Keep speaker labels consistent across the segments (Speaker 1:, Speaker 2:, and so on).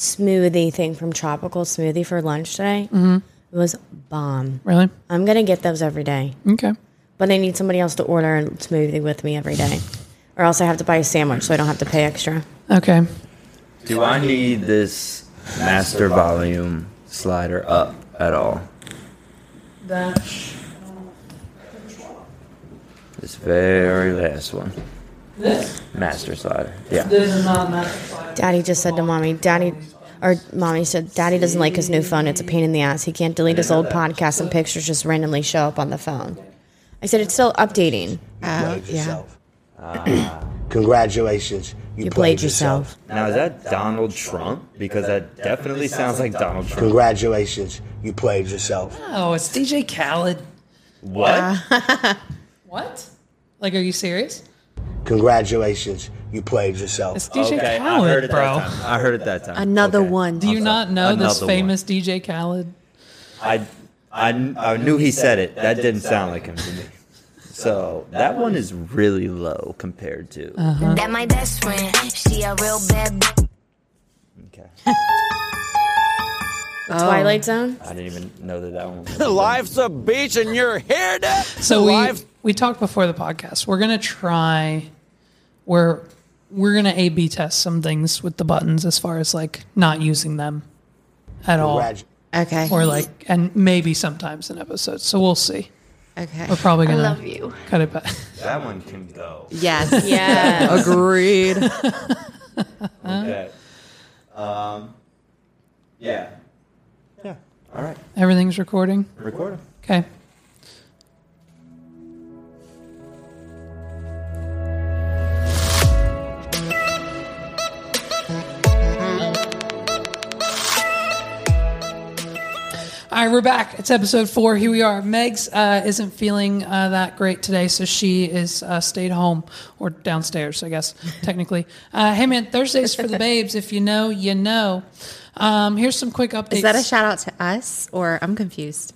Speaker 1: smoothie thing from Tropical Smoothie for lunch today. Mm-hmm. It was bomb.
Speaker 2: Really?
Speaker 1: I'm gonna get those every day,
Speaker 2: Okay.
Speaker 1: but I need somebody else to order a smoothie with me every day, or else I have to buy a sandwich so I don't have to pay extra.
Speaker 2: Okay.
Speaker 3: Do I need this master volume slider up at all? This very last one.
Speaker 4: This?
Speaker 3: Master slider. Yeah.
Speaker 4: This is not a master slide.
Speaker 1: Daddy just said to mommy, Daddy, or mommy said, Daddy doesn't like his new phone. It's a pain in the ass. He can't delete his old podcasts and pictures just randomly show up on the phone. I said it's still updating.
Speaker 5: played yourself. Ah. Congratulations, you,
Speaker 1: You played yourself.
Speaker 3: Now is that Donald Trump? Because that definitely sounds like Donald Trump.
Speaker 5: Congratulations, you played yourself.
Speaker 1: Ah.
Speaker 2: Oh, it's DJ Khaled.
Speaker 3: What?
Speaker 2: What? Like, are you serious?
Speaker 5: Congratulations, you played yourself.
Speaker 2: It's DJ
Speaker 3: Okay, I
Speaker 2: Khaled,
Speaker 3: heard it
Speaker 2: bro.
Speaker 3: that time. I heard it that time.
Speaker 6: Another
Speaker 3: Okay.
Speaker 6: one.
Speaker 2: Do you not know this
Speaker 3: Another one.
Speaker 2: famous DJ Khaled?
Speaker 3: I, I, kn- I knew he said it. That didn't sound like him to me. So that one is really low compared to.
Speaker 7: That my best friend, she a real bad b-
Speaker 3: Okay.
Speaker 1: Twilight Zone.
Speaker 3: I didn't even know that that one. Was
Speaker 8: Life's a beach and you're here to.
Speaker 2: So we
Speaker 8: Live-
Speaker 2: we talked before the podcast. We're gonna try. We're we're gonna A/B test some things with the buttons as far as like not using them at all,
Speaker 5: Congratu-
Speaker 6: Okay.
Speaker 2: or like and maybe sometimes in episodes. So we'll see.
Speaker 6: okay.
Speaker 2: We're probably gonna
Speaker 7: love you.
Speaker 2: cut it back.
Speaker 3: that one can go.
Speaker 6: Yes.
Speaker 1: Yeah.
Speaker 6: Agreed.
Speaker 3: Okay. Um, yeah. Yeah. All right.
Speaker 2: Everything's recording.
Speaker 3: Record 'em.
Speaker 2: Okay. All right, we're back. It's episode four. Here we are. Meg's uh, isn't feeling uh, that great today, so she is uh, stayed home or downstairs, I guess, technically. Uh, hey, man, Thursdays for the babes. If you know, you know. Um, here's some quick updates.
Speaker 6: Is that a shout out to us or I'm confused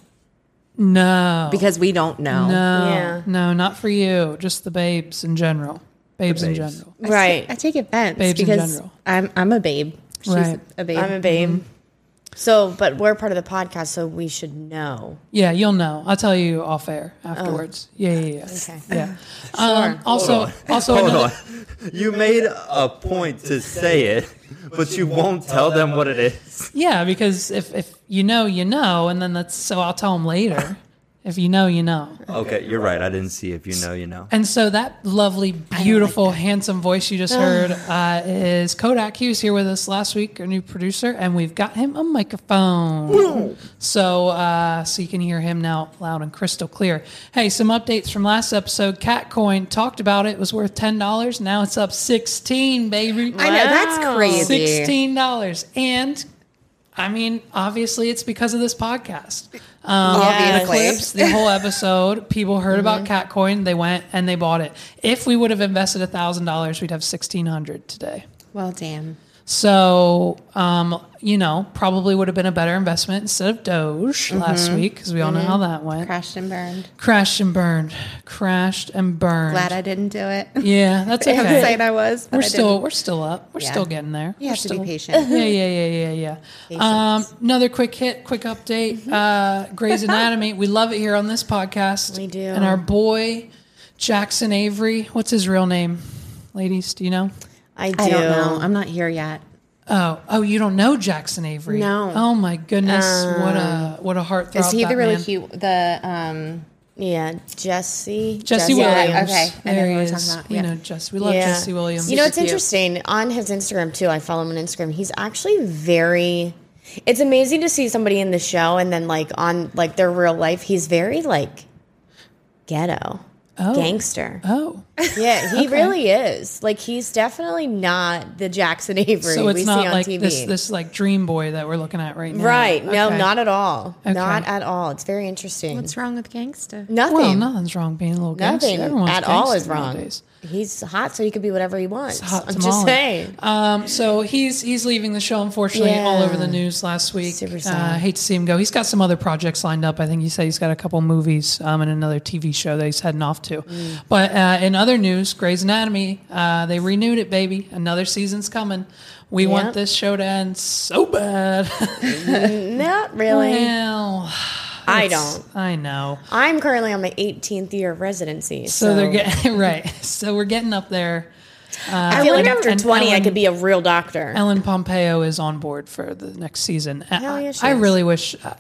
Speaker 2: No.
Speaker 6: because we don't know.
Speaker 2: No,
Speaker 1: Yeah.
Speaker 2: no, not for you. Just the babes in general. Babes, in general.
Speaker 1: Right.
Speaker 6: I take offense
Speaker 2: Babes in
Speaker 6: because
Speaker 2: general.
Speaker 6: I'm I'm a babe. She's
Speaker 2: Right.
Speaker 6: a babe. Mm-hmm.
Speaker 1: I'm a babe. So, but we're part of the podcast, so we should know.
Speaker 2: Yeah, you'll know. I'll tell you off air
Speaker 6: Oh.
Speaker 2: afterwards. Yeah, yeah, yeah.
Speaker 1: Okay.
Speaker 2: Yeah. Um, also, also,
Speaker 3: Hold
Speaker 2: another-
Speaker 3: on. You made a point to say it, but you won't tell them what it is.
Speaker 2: yeah, because if if you know, you know, and then that's so I'll tell them later. if you know, you know.
Speaker 3: Okay, you're right. I didn't see if you know, you know.
Speaker 2: And so that lovely, beautiful, handsome voice you just heard uh, is Kodak Hughes here with us last week, our new producer, and we've got him a microphone. So, uh, so you can hear him now loud and crystal clear. Hey, some updates from last episode. Catcoin talked about it. It was worth ten dollars. Now it's up sixteen, baby.
Speaker 6: I know that's crazy.
Speaker 2: Sixteen dollars, and I mean, obviously, it's because of this podcast. The
Speaker 6: Um, Obviously. Mm-hmm.
Speaker 2: clips, the whole episode, people heard about Catcoin, they went and they bought it. If we would have invested thousand dollars, we'd have sixteen hundred today.
Speaker 6: Well, damn.
Speaker 2: So, um, you know, probably would have been a better investment instead of Doge last week because we all know how that went.
Speaker 6: Mm-hmm. Crashed and burned.
Speaker 2: Crashed and burned. Crashed and burned.
Speaker 6: Glad I didn't do it.
Speaker 2: yeah, that's
Speaker 6: I'm saying
Speaker 2: okay.
Speaker 6: I was. but
Speaker 2: We're
Speaker 6: I
Speaker 2: still
Speaker 6: didn't.
Speaker 2: we're still up. We're
Speaker 6: Yeah.
Speaker 2: still getting there.
Speaker 6: You
Speaker 2: We're
Speaker 6: have to be
Speaker 2: still-
Speaker 6: patient.
Speaker 2: yeah, yeah, yeah, yeah, yeah. Um, another quick hit, quick
Speaker 6: Mm-hmm.
Speaker 2: update. Uh, Grey's Anatomy. We love it here on this podcast.
Speaker 1: We do.
Speaker 2: And our boy Jackson Avery. What's his real name, ladies? Do you know?
Speaker 1: I do.
Speaker 6: I don't know. I'm not here yet.
Speaker 2: Oh, oh, you don't know Jackson Avery?
Speaker 6: No. Um,
Speaker 2: Oh my goodness, what a what a heartthrob.
Speaker 6: Is he
Speaker 2: that
Speaker 6: the really
Speaker 2: man.
Speaker 6: cute? The um.
Speaker 1: Yeah, Jesse.
Speaker 2: Jesse Williams.
Speaker 6: okay. I know
Speaker 2: There
Speaker 6: who we're
Speaker 2: he
Speaker 6: talking
Speaker 2: is.
Speaker 6: about,
Speaker 2: We
Speaker 6: yeah.
Speaker 2: know Jesse. We love Jesse Williams.
Speaker 1: You know, it's
Speaker 6: cute.
Speaker 1: interesting on his Instagram too. I follow him on Instagram. He's actually very. It's amazing to see somebody in the show and then like on like their real life. He's very like ghetto. gangster.
Speaker 2: Oh,
Speaker 1: Yeah, he really is. Like he's definitely not the Jackson Avery
Speaker 2: so
Speaker 1: we
Speaker 2: it's not
Speaker 1: see on
Speaker 2: like
Speaker 1: TV.
Speaker 2: this this like dream boy that we're looking at right now.
Speaker 1: right? No,
Speaker 2: Okay.
Speaker 1: not at all.
Speaker 2: Okay.
Speaker 1: Not at all. It's very interesting.
Speaker 6: What's wrong with gangsta?
Speaker 1: Nothing.
Speaker 2: Well, nothing's wrong being a little gangster.
Speaker 1: Nothing
Speaker 2: Everyone's
Speaker 1: at all
Speaker 2: gangster
Speaker 1: is wrong.
Speaker 2: nowadays.
Speaker 1: He's hot, so he could be whatever he wants.
Speaker 2: It's hot
Speaker 1: I'm
Speaker 2: tamale.
Speaker 1: just saying.
Speaker 2: Um, so he's he's leaving the show, unfortunately,
Speaker 1: Yeah.
Speaker 2: all over the news last week.
Speaker 1: Super
Speaker 2: Uh,
Speaker 1: sad.
Speaker 2: hate to see him go. He's got some other projects lined up. I think he said he's got a couple movies um, and another TV show that he's heading off to.
Speaker 1: Mm.
Speaker 2: But uh, in other news, Grey's Anatomy, uh, they renewed it, baby. Another season's coming. We want
Speaker 1: Yep.
Speaker 2: this show to end so bad.
Speaker 1: Not really.
Speaker 2: well,
Speaker 1: I
Speaker 2: it's-
Speaker 1: don't.
Speaker 2: I know.
Speaker 1: I'm currently on my 18th year of residency. So,
Speaker 2: So, they're getting right. So we're getting up there.
Speaker 1: I feel like
Speaker 2: and-
Speaker 1: after
Speaker 2: and
Speaker 1: 20, I
Speaker 2: Ellen-
Speaker 1: could be a real doctor.
Speaker 2: Ellen Pompeo is on board for the next season. I-
Speaker 1: Hell yeah, she
Speaker 2: I
Speaker 1: is.
Speaker 2: really wish. I,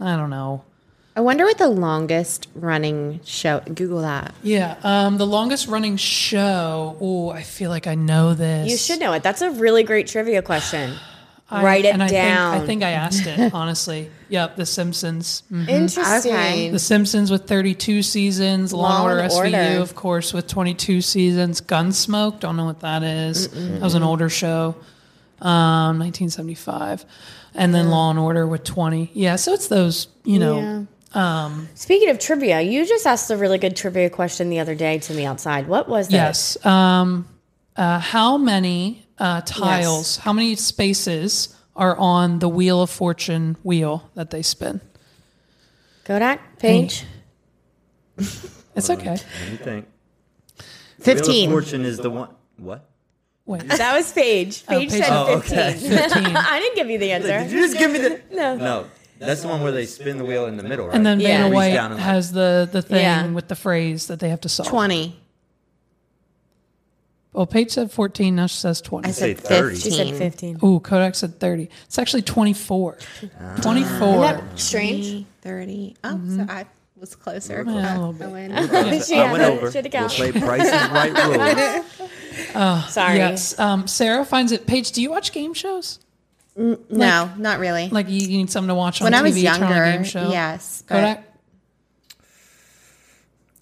Speaker 2: I don't know.
Speaker 6: I wonder what the longest running show. Google that.
Speaker 2: Yeah, um, the longest running show. Oh, I feel like I know this.
Speaker 1: you should know it. That's a really great trivia
Speaker 2: Mm-hmm.
Speaker 1: question. Write it
Speaker 2: and I think-
Speaker 1: down.
Speaker 2: I think I asked it honestly. yep, The Simpsons. Mm.
Speaker 1: Interesting.
Speaker 6: Okay.
Speaker 2: The Simpsons with 32 seasons. Law and Order
Speaker 1: Law and
Speaker 2: SVU,
Speaker 1: Order.
Speaker 2: of course, with 22 seasons. Gunsmoke. Don't know what that is. That was an older show. Um, 1975, and then Law and Order with 20. Yeah, so it's those. You know.
Speaker 1: Speaking of trivia, you just asked a really good trivia question the other day to me outside. What was that?
Speaker 2: Yes. Um, uh, how many uh, tiles, how many spaces are on the Wheel of Fortune wheel that they spin?
Speaker 1: Kodak, Paige.
Speaker 2: Mm-hmm. It's okay.
Speaker 3: Let me think. Wheel of
Speaker 6: 15.
Speaker 3: Fortune is the one. What?
Speaker 2: Wait.
Speaker 1: That was Paige. Paige
Speaker 2: Paige
Speaker 1: said
Speaker 2: said-
Speaker 1: 15.
Speaker 2: Oh, 15.
Speaker 1: I didn't give you the
Speaker 3: Did
Speaker 1: answer.
Speaker 3: you just give me the? No. No. That's the one where they spin the wheel in the middle, right?
Speaker 2: And then
Speaker 1: Yeah.
Speaker 2: Vanna
Speaker 1: Reach
Speaker 2: White
Speaker 3: down and like-
Speaker 2: has the, the thing
Speaker 1: Yeah.
Speaker 2: with the phrase that they have to solve.
Speaker 6: 20.
Speaker 2: Well, Paige said 14. Now she says 20.
Speaker 3: say 30.
Speaker 1: She said 15.
Speaker 2: Ooh, Kodak said 30. It's actually 24.
Speaker 3: Ah.
Speaker 2: 24.
Speaker 1: Isn't that strange?
Speaker 6: 30. Oh, so I was closer.
Speaker 2: Yeah, Mm-hmm. a little
Speaker 6: I
Speaker 2: bit.
Speaker 6: win.
Speaker 1: She
Speaker 3: I
Speaker 1: had
Speaker 3: went
Speaker 1: to-
Speaker 3: over.
Speaker 1: she had to
Speaker 3: We'll
Speaker 1: count.
Speaker 3: play Price is Right rules.
Speaker 1: Sorry.
Speaker 2: Yes. Um, Sarah finds it. Paige, do you watch game shows?
Speaker 6: No, not really.
Speaker 2: Like you, you need something to watch on
Speaker 6: when
Speaker 2: TV?
Speaker 6: I was
Speaker 2: turn on a
Speaker 6: younger,
Speaker 2: game show?
Speaker 6: yes. but-
Speaker 2: Kodak?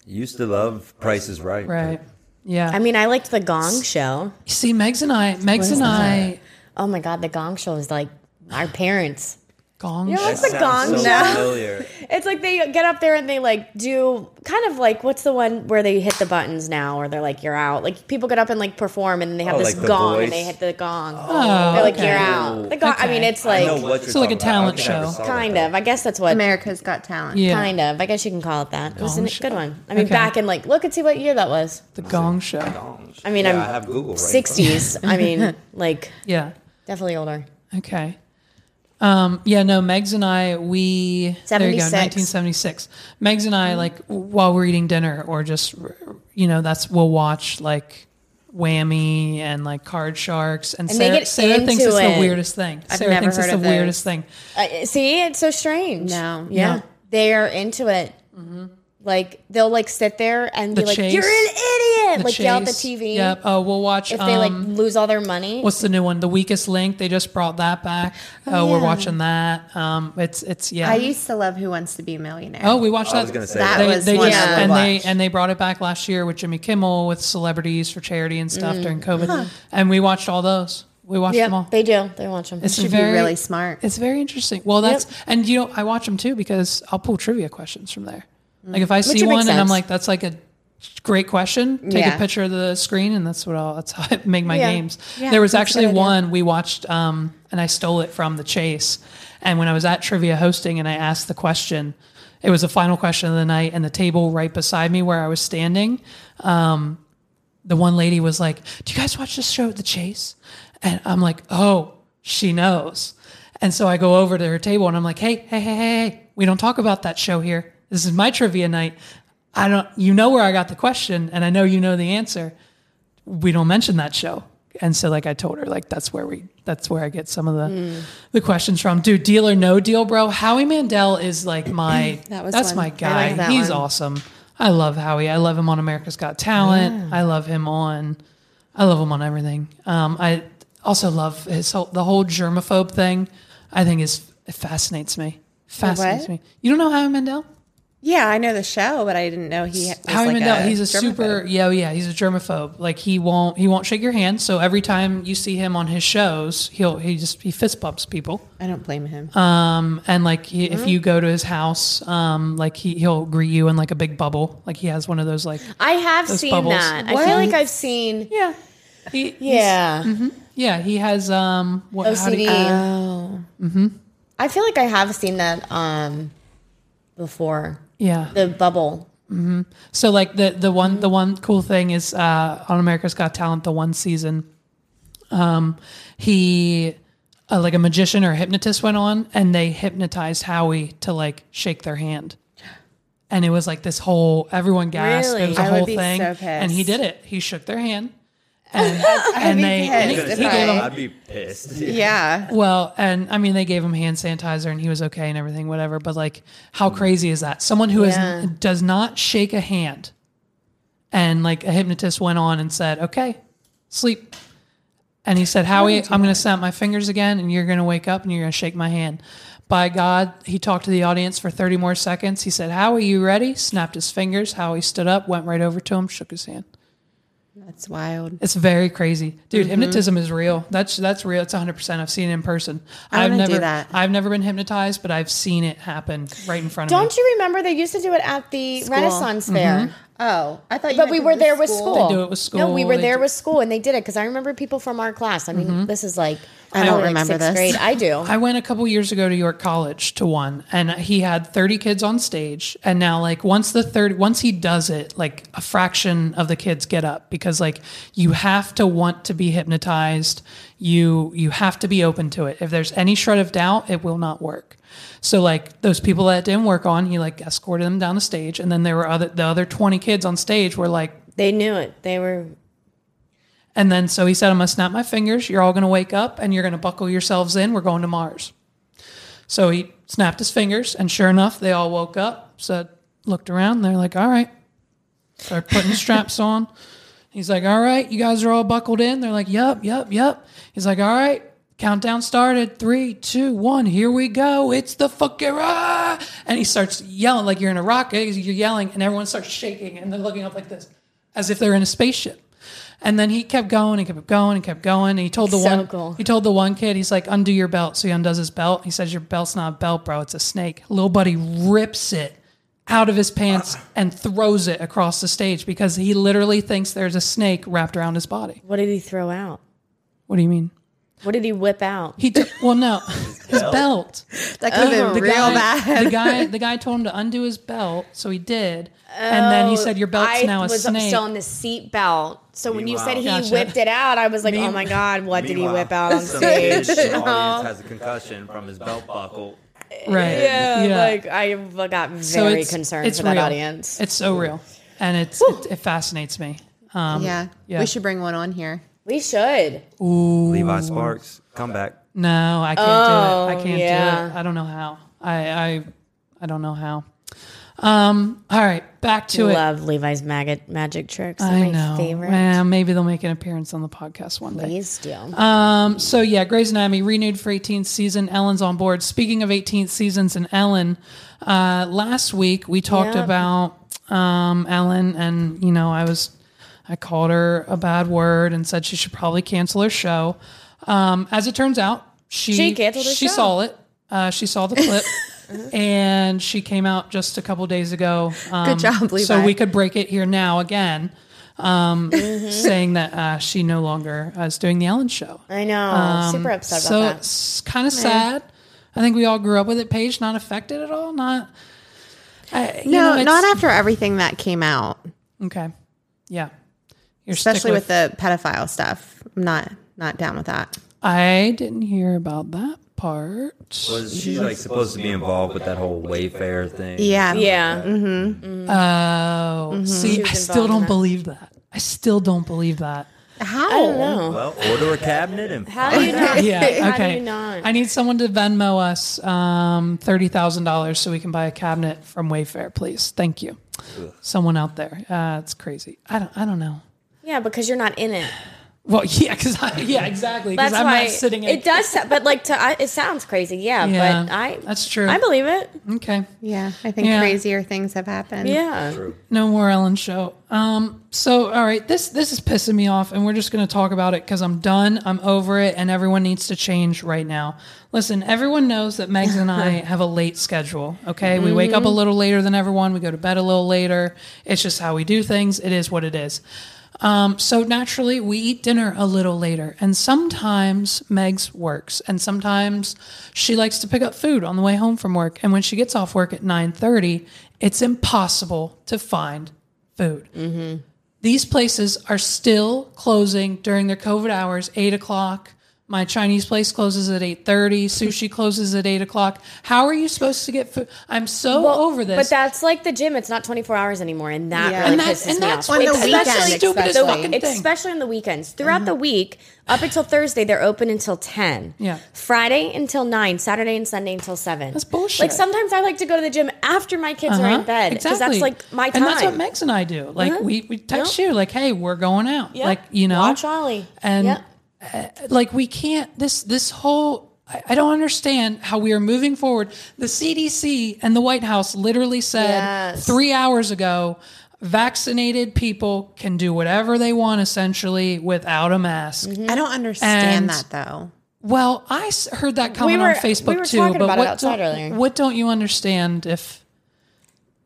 Speaker 3: Used to love Price is Right. but
Speaker 2: Right. Yeah.
Speaker 1: I mean, I liked the Gong Show.
Speaker 2: See, Megs and I, Megs and I,
Speaker 1: Oh my God, the Gong Show is like our parents.
Speaker 2: gong.
Speaker 1: You know,
Speaker 2: show.
Speaker 1: it's the Gong
Speaker 3: So
Speaker 1: Show.
Speaker 3: familiar.
Speaker 1: It's like they get up there and they like do kind of like what's the one where they hit the buttons now, or they're like you're out. Like people get up and like perform, and then they have
Speaker 3: Oh,
Speaker 1: this
Speaker 3: like The
Speaker 1: gong and
Speaker 3: Voice?
Speaker 1: they hit the gong.
Speaker 2: Oh,
Speaker 1: they're like
Speaker 2: okay.
Speaker 1: you're out. The gong. I
Speaker 2: Okay.
Speaker 1: mean, it's
Speaker 3: I
Speaker 1: like
Speaker 3: know what you're
Speaker 2: So like a
Speaker 3: talking about. I don't
Speaker 2: talent
Speaker 3: think I ever
Speaker 2: show.
Speaker 3: saw that,
Speaker 1: kind
Speaker 3: though.
Speaker 1: of. I guess that's what.
Speaker 6: America's Got Talent.
Speaker 2: Yeah.
Speaker 1: Kind of. I guess you can call it that. It was a
Speaker 2: Gong
Speaker 1: n-
Speaker 2: show.
Speaker 1: good one. I mean,
Speaker 2: Okay.
Speaker 1: back in like look and see what year that was.
Speaker 2: The gong show.
Speaker 1: I mean,
Speaker 3: Yeah, I
Speaker 1: I'm
Speaker 3: have Google right. in front of me.
Speaker 1: 60s. I mean, like
Speaker 2: Yeah.
Speaker 1: definitely older.
Speaker 2: Okay. Um, yeah, no, Megs and I, we, there you go,
Speaker 1: 76.
Speaker 2: 1976. Megs
Speaker 1: Mm-hmm.
Speaker 2: and I, like, while we're eating dinner or just, you know, that's, we'll watch like Whammy and like Card Sharks. And,
Speaker 1: And they
Speaker 2: Sarah,
Speaker 1: get
Speaker 2: Sarah thinks
Speaker 1: into
Speaker 2: it's the
Speaker 1: it.
Speaker 2: weirdest thing. Sarah
Speaker 6: never
Speaker 2: thinks it's
Speaker 6: heard
Speaker 2: the
Speaker 6: of
Speaker 2: weirdest
Speaker 6: those.
Speaker 2: thing.
Speaker 1: Uh, see, it's so strange.
Speaker 6: No.
Speaker 1: Yeah.
Speaker 2: No. Mm-hmm.
Speaker 1: They are into it. Like they'll like sit there and
Speaker 2: The
Speaker 1: be like,
Speaker 2: chase.
Speaker 1: "You're an idiot!"
Speaker 2: The
Speaker 1: like yell at the
Speaker 2: Chase.
Speaker 1: TV.
Speaker 2: Yep. Oh, we'll watch.
Speaker 1: If they like
Speaker 2: um,
Speaker 1: lose all their money,
Speaker 2: What's the new one? The weakest link. They just brought that back. Oh, we're
Speaker 1: yeah.
Speaker 2: watching that. Um, it's it's yeah.
Speaker 6: I used to love Who Wants to Be a Millionaire.
Speaker 2: oh, we watched that.
Speaker 3: I was gonna say
Speaker 6: That
Speaker 3: that.
Speaker 6: was
Speaker 2: they
Speaker 6: one
Speaker 2: just-
Speaker 6: I would
Speaker 2: and they
Speaker 6: watch.
Speaker 2: and they brought it back last year with Jimmy Kimmel with celebrities for charity and stuff
Speaker 6: Mm.
Speaker 2: during COVID, and we watched all those. We watched them all.
Speaker 1: yeah, they do. They watch them.
Speaker 2: It's
Speaker 6: should
Speaker 2: very
Speaker 6: be really smart.
Speaker 2: It's very interesting. Well, that's and you know I watch them too because I'll pull trivia questions from there.
Speaker 6: Mm.
Speaker 2: Like if I see
Speaker 1: would make
Speaker 2: one and I'm
Speaker 1: sense.
Speaker 2: like, that's like a great question. Take
Speaker 6: Yeah.
Speaker 2: a picture of the screen and that's what I'll that's how I make my
Speaker 1: Yeah.
Speaker 2: games.
Speaker 1: Yeah,
Speaker 2: there was
Speaker 1: that's a
Speaker 2: actually
Speaker 1: good idea.
Speaker 2: one we watched um, and I stole it from the Chase. And when I was at trivia hosting and I asked the question, it was the final question of the night and the table right beside me where I was standing um, the one lady was like, "Do you guys watch this show, The Chase?" And I'm like, "Oh, she knows." And so I go over to her table and I'm like, "Hey, hey, hey, hey, hey, we don't talk about that show here. This is my trivia night. I don't, you know where I got the question, and I know you know the answer. We don't mention that show." And so, like, I told her, like, that's where we, that's where I get some of the,
Speaker 6: Mm.
Speaker 2: the questions from. Dude, Deal or No Deal, bro. Howie Mandel is like my,
Speaker 6: That was
Speaker 2: that's
Speaker 6: one.
Speaker 2: my
Speaker 6: I
Speaker 2: guy.
Speaker 1: like that
Speaker 2: He's
Speaker 1: one.
Speaker 2: awesome awesome. I love Howie. I love him on America's Got Talent. I love him on. I love him on everything. Um, I also love his whole, the whole germaphobe thing. I think is it fascinates me. Fascinates
Speaker 6: what?
Speaker 2: me. You don't know Howie Mandel?
Speaker 6: Yeah, I know the show, but I didn't know he. Was
Speaker 2: Howie
Speaker 6: like
Speaker 2: Mandel,
Speaker 6: a
Speaker 2: he's a
Speaker 6: germaphobe.
Speaker 2: super yeah, yeah, he's a germaphobe. Like he won't he won't shake your hand. So every time you see him on his shows, he'll he just he fist bumps people. Um,
Speaker 6: I don't blame him.
Speaker 2: And like he, if
Speaker 6: Mm-hmm.
Speaker 2: you go to his house, um, like he he'll greet you in like a big bubble. Like he has one of those like
Speaker 1: I have
Speaker 2: Those
Speaker 1: seen
Speaker 2: bubbles.
Speaker 1: that. I feel like I've seen.
Speaker 2: yeah. He,
Speaker 1: Yeah.
Speaker 2: Mm-hmm. yeah, he has um what how do
Speaker 1: OCD.
Speaker 2: you-
Speaker 1: Mm-hmm. I feel like I have seen that um before.
Speaker 2: yeah.
Speaker 1: The bubble.
Speaker 2: So like the the
Speaker 6: Mm-hmm.
Speaker 2: one the one cool thing is uh, on America's Got Talent the one season, um, he uh, like a magician or a hypnotist went on and they hypnotized Howie to like shake their hand, and it was like this whole everyone gasped. It was a
Speaker 6: Really? I would
Speaker 2: whole
Speaker 6: be
Speaker 2: thing,
Speaker 6: so pissed.
Speaker 2: and he did it. He shook their hand, and, and
Speaker 6: be
Speaker 2: they and he-
Speaker 6: pissed
Speaker 2: he
Speaker 6: if
Speaker 2: gave
Speaker 6: I-
Speaker 2: them
Speaker 3: I'd be pissed.
Speaker 6: yeah,
Speaker 2: well, and I mean, they gave him hand sanitizer and he was okay and everything, whatever. But like, how crazy is that? Someone who is
Speaker 1: Yeah.
Speaker 2: does not shake a hand, and like a hypnotist went on and said, "Okay, sleep." And he said, "Howie, I'm going to snap my fingers again, and you're going to wake up and you're going to shake my hand." By God, he talked to the audience for 30 more seconds. He said, "Howie, you ready?" Snapped his fingers. Howie stood up, went right over to him, shook his hand.
Speaker 6: that's wild.
Speaker 2: It's very crazy, dude.
Speaker 6: Mm-hmm.
Speaker 2: Hypnotism is real. That's that's real. It's 100. percent I've seen it in person.
Speaker 6: I
Speaker 2: have
Speaker 6: wanna
Speaker 2: never
Speaker 6: do that.
Speaker 2: I've never been hypnotized, but I've seen it happen right in front
Speaker 1: Don't
Speaker 2: of me.
Speaker 1: you remember they used to do it at the Renaissance Fair?
Speaker 2: Mm-hmm.
Speaker 6: Oh, I thought. You
Speaker 1: But
Speaker 6: meant
Speaker 1: we
Speaker 6: it
Speaker 1: were
Speaker 6: was
Speaker 1: there with school.
Speaker 2: They do it with
Speaker 1: No, we
Speaker 2: school.
Speaker 1: were
Speaker 2: They
Speaker 1: there
Speaker 2: do- Mm-hmm.
Speaker 1: with school, and they did it because I remember people from our class. I mean, this is like I
Speaker 6: don't
Speaker 1: know, like
Speaker 6: remember
Speaker 1: sixth
Speaker 6: this.
Speaker 1: Grade. I do.
Speaker 2: I went a couple years ago to York College to one, and he had 30 kids on stage. And now, like once the third, once he does it, like a fraction of the kids get up because like you have to want to be hypnotized. You you have to be open to it. If there's any shred of doubt, it will not work. So like those people that didn't work on, he like escorted them down the stage, and then there were other the other 20 kids on stage were like
Speaker 1: they knew it. They were.
Speaker 2: And then so he said, I'm going to snap my fingers. You're all going to wake up and you're going to buckle yourselves in. We're going to Mars. So he snapped his fingers. And sure enough, they all woke up, said, looked around. And they're like, all right. Started putting straps on. He's like, all right, you guys are all buckled in. They're like, yup, yup, yup. He's like, all right, countdown started. Three, two, one, here we go. It's the fucking rah. And he starts yelling like you're in a rocket. You're yelling, and everyone starts shaking, and they're looking up like this, as if they're in a spaceship. And then he kept going and kept going and kept going. And he told the
Speaker 1: So
Speaker 2: one,
Speaker 1: cool.
Speaker 2: he told the one kid, he's like, undo your belt. So he undoes his belt. He says, your belt's not a belt, bro. It's a snake. Little buddy rips it out of his pants and throws it across the stage because he literally thinks there's a snake wrapped around his body.
Speaker 1: What did he throw out?
Speaker 2: What do you mean?
Speaker 1: What did he whip out?
Speaker 2: He took well, no, his belt.
Speaker 6: That could have been real
Speaker 2: guy,
Speaker 6: bad.
Speaker 2: The guy, the guy told him to undo his belt, so he did, and then he said, "Your belt's
Speaker 1: Oh, I
Speaker 2: now a
Speaker 1: was
Speaker 2: snake."
Speaker 1: still on the seat belt. So when you said he
Speaker 2: Gotcha.
Speaker 1: whipped it out, I was like, oh my god, what did he whip out on stage?
Speaker 3: audience has a concussion from his belt buckle.
Speaker 2: right?
Speaker 1: yeah, like I got very concerned for that
Speaker 2: real.
Speaker 1: audience.
Speaker 2: It's so real, and it's it, it fascinates me. Um,
Speaker 6: yeah.
Speaker 2: yeah.
Speaker 6: we should bring one on here.
Speaker 1: we should.
Speaker 3: Levi Sparks, come back.
Speaker 2: No, I can't do it. I
Speaker 1: Oh,
Speaker 2: can't
Speaker 1: yeah.
Speaker 2: do it. I don't know how. I I I don't know how. Um. All right, back to it.
Speaker 1: Love Levi's maggot magic tricks. They're
Speaker 2: I
Speaker 1: my
Speaker 2: know.
Speaker 1: favorite.
Speaker 2: Well, maybe they'll make an appearance on the podcast one day.
Speaker 1: Please do.
Speaker 2: Uh, So yeah, Grey's Anatomy renewed for 18th season. Ellen's on board. Speaking of 18th seasons and Ellen, uh, last week we talked
Speaker 1: Yep.
Speaker 2: about um, Ellen, and you know I was I called her a bad word and said she should probably cancel her show. Um, as it turns out, she
Speaker 1: She canceled her
Speaker 2: she
Speaker 1: show. Uh-huh.
Speaker 2: saw it. Uh, she saw the clip. And she came out just a couple days ago. Um,
Speaker 6: Good job, Levi.
Speaker 2: So we could break it here now again, um,
Speaker 1: Mm-hmm.
Speaker 2: saying that uh, she no longer uh, is doing the Ellen show.
Speaker 1: I know. Super upset
Speaker 2: um, So
Speaker 1: about that.
Speaker 2: it's kind of sad. I think we all grew up with it. Paige, not affected at all. Not. I, you
Speaker 6: No,
Speaker 2: know, it's-
Speaker 6: not after everything that came out,
Speaker 2: Okay. Yeah. You're stick
Speaker 6: especially with the pedophile stuff. I'm not not down with that.
Speaker 2: I didn't hear about that part.
Speaker 3: Was she like supposed to be involved with that whole Wayfair thing?
Speaker 6: Yeah,
Speaker 1: Yeah.
Speaker 2: Oh, see, I
Speaker 1: Mm-hmm. involved
Speaker 2: still
Speaker 1: in
Speaker 2: don't
Speaker 1: that.
Speaker 2: believe that. I still don't believe that.
Speaker 6: How?
Speaker 1: I don't know.
Speaker 3: Well, order a cabinet and
Speaker 1: How do you not?
Speaker 2: Yeah.
Speaker 1: How do
Speaker 2: okay.
Speaker 1: you not?
Speaker 2: I need someone to Venmo us um, thirty thousand dollars so we can buy a cabinet from Wayfair, please. Thank you. Someone out there. Uh, it's crazy. I don't. I don't know.
Speaker 1: Yeah, because you're not in it.
Speaker 2: Well, yeah, because yeah, exactly. Because
Speaker 1: That's
Speaker 2: I'm
Speaker 1: why
Speaker 2: not sitting. In,
Speaker 1: it does, sa- but like to I, it sounds crazy, yeah,
Speaker 2: Yeah,
Speaker 1: But I
Speaker 2: that's true. Mm-hmm.
Speaker 1: I believe it.
Speaker 2: Okay,
Speaker 6: Yeah, I think
Speaker 2: Yeah.
Speaker 6: crazier things have happened.
Speaker 1: Yeah,
Speaker 2: no more Ellen show. Um, so all right, this this is pissing me off, and we're just gonna talk about it because I'm done. I'm over it, and everyone needs to change right now. Listen, everyone knows that Megs and I have a late schedule. Okay, we wake up a little later than everyone. We go to bed a little later. It's just how we do things. It is what it is. Um, so naturally, we eat dinner a little later, and sometimes Meg's works, and sometimes she likes to pick up food on the way home from work. And when she gets off work at nine thirty, it's impossible to find food. These places are still closing during their COVID hours, eight o'clock. My Chinese place closes at eight thirty. Sushi closes at eight o'clock. How are you supposed to get food? I'm so over this.
Speaker 1: But that's like the gym; it's not 24 hours anymore, and that
Speaker 6: Yeah.
Speaker 1: really
Speaker 6: And
Speaker 2: that-
Speaker 1: pisses me
Speaker 2: and that's
Speaker 1: off.
Speaker 6: On the
Speaker 1: Especially-
Speaker 6: weekends,
Speaker 2: stupid as
Speaker 6: especially.
Speaker 2: fucking thing. Mm-hmm.
Speaker 1: especially on the weekends. Throughout the week, up until Thursday, they're open until ten.
Speaker 2: Yeah.
Speaker 1: Friday until nine. Saturday and Sunday until seven.
Speaker 2: That's bullshit.
Speaker 1: Like sometimes I like to go to the gym after my kids are
Speaker 2: Uh-huh.
Speaker 1: in bed because that's like my time.
Speaker 2: And that's what Megs and I do. Like
Speaker 1: Uh-huh.
Speaker 2: we, we text
Speaker 1: Yep.
Speaker 2: you, like, hey, we're going out.
Speaker 1: Yeah.
Speaker 2: Like you know,
Speaker 1: watch Ollie
Speaker 2: and
Speaker 1: Yep.
Speaker 2: like we can't. This this whole I, I don't understand how we are moving forward. The CDC and the White House literally said
Speaker 1: Yes.
Speaker 2: three hours ago. Vaccinated people can do whatever they want essentially without a mask.
Speaker 1: Mm-hmm.
Speaker 6: I don't understand
Speaker 2: And-
Speaker 6: that though.
Speaker 2: Well, I s- heard that comment
Speaker 1: were-
Speaker 2: on Facebook
Speaker 1: we were
Speaker 2: too.
Speaker 1: talking
Speaker 2: but
Speaker 1: about it
Speaker 2: what
Speaker 1: outside
Speaker 2: don't,
Speaker 1: earlier.
Speaker 2: what don't you understand if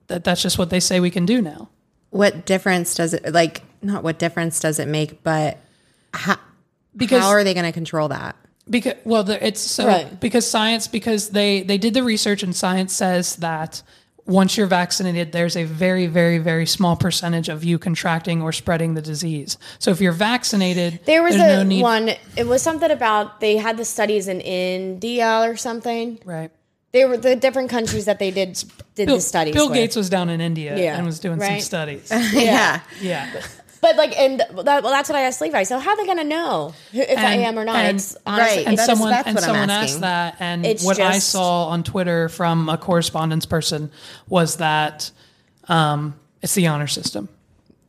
Speaker 2: that that's just what they say we can do now?
Speaker 6: What difference does it like? Not what difference does it make, but how,
Speaker 2: Because
Speaker 6: how are they going to control that?
Speaker 2: because well the, it's so
Speaker 1: Right.
Speaker 2: because science because they they did the research and science says that once you're vaccinated there's a very very very small percentage of you contracting or spreading the disease so if you're vaccinated
Speaker 1: There was
Speaker 2: there's
Speaker 1: a
Speaker 2: no need
Speaker 1: one. It was something about they had the studies in India or something.
Speaker 2: right
Speaker 1: They were the different countries that they did did
Speaker 2: bill,
Speaker 1: the studies.
Speaker 2: bill
Speaker 1: with.
Speaker 2: gates was down in india
Speaker 1: Yeah,
Speaker 2: and was doing some
Speaker 1: right?
Speaker 2: studies
Speaker 6: Yeah.
Speaker 2: yeah
Speaker 1: but like, and that, well, that's what I asked Levi. So how are they gonna know who- if I
Speaker 2: And-
Speaker 1: am or not?
Speaker 2: and-
Speaker 1: it's honestly,
Speaker 6: right.
Speaker 1: it's
Speaker 6: And
Speaker 2: and
Speaker 6: that is-
Speaker 1: someone
Speaker 2: someone
Speaker 6: that's
Speaker 2: and
Speaker 6: what I'm
Speaker 2: someone
Speaker 6: asking.
Speaker 2: asked that, and
Speaker 1: It's
Speaker 2: what I
Speaker 1: just-
Speaker 2: saw on Twitter from a correspondence person was that um, it's the honor system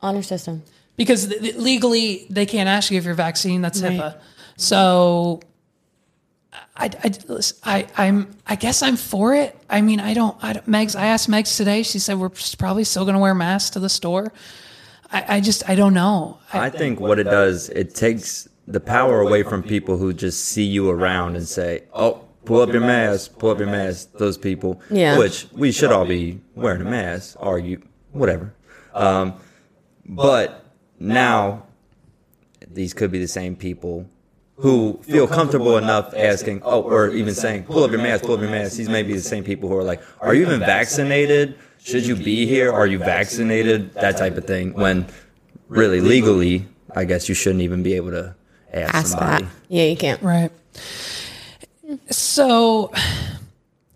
Speaker 1: honor system.
Speaker 2: because th- th- legally they can't ask you if you're vaccine. That's HIPAA. So I, I, listen, I, I'm, I guess I'm for it. I mean, I don't, I don't, Megs, I asked Megs today. She said we're probably still going to wear masks to the store. I, I just, I don't know.
Speaker 3: I think what it does, it takes the power away from people who just see you around and say, "Oh, pull up your mask, pull up your mask." Those people,
Speaker 1: Yeah.
Speaker 3: which we should all be wearing a mask, argue, whatever. Um, but now these could be the same people who feel comfortable enough asking, oh, or even saying, pull up your mask, pull up your mask. These may be the same people who are like, are you even vaccinated? Should you be here? Are you vaccinated? That type of thing. When really legally, I guess you shouldn't even be able to ask,
Speaker 6: Ask
Speaker 3: somebody.
Speaker 6: that.
Speaker 1: Yeah, you can't.
Speaker 2: Right. So,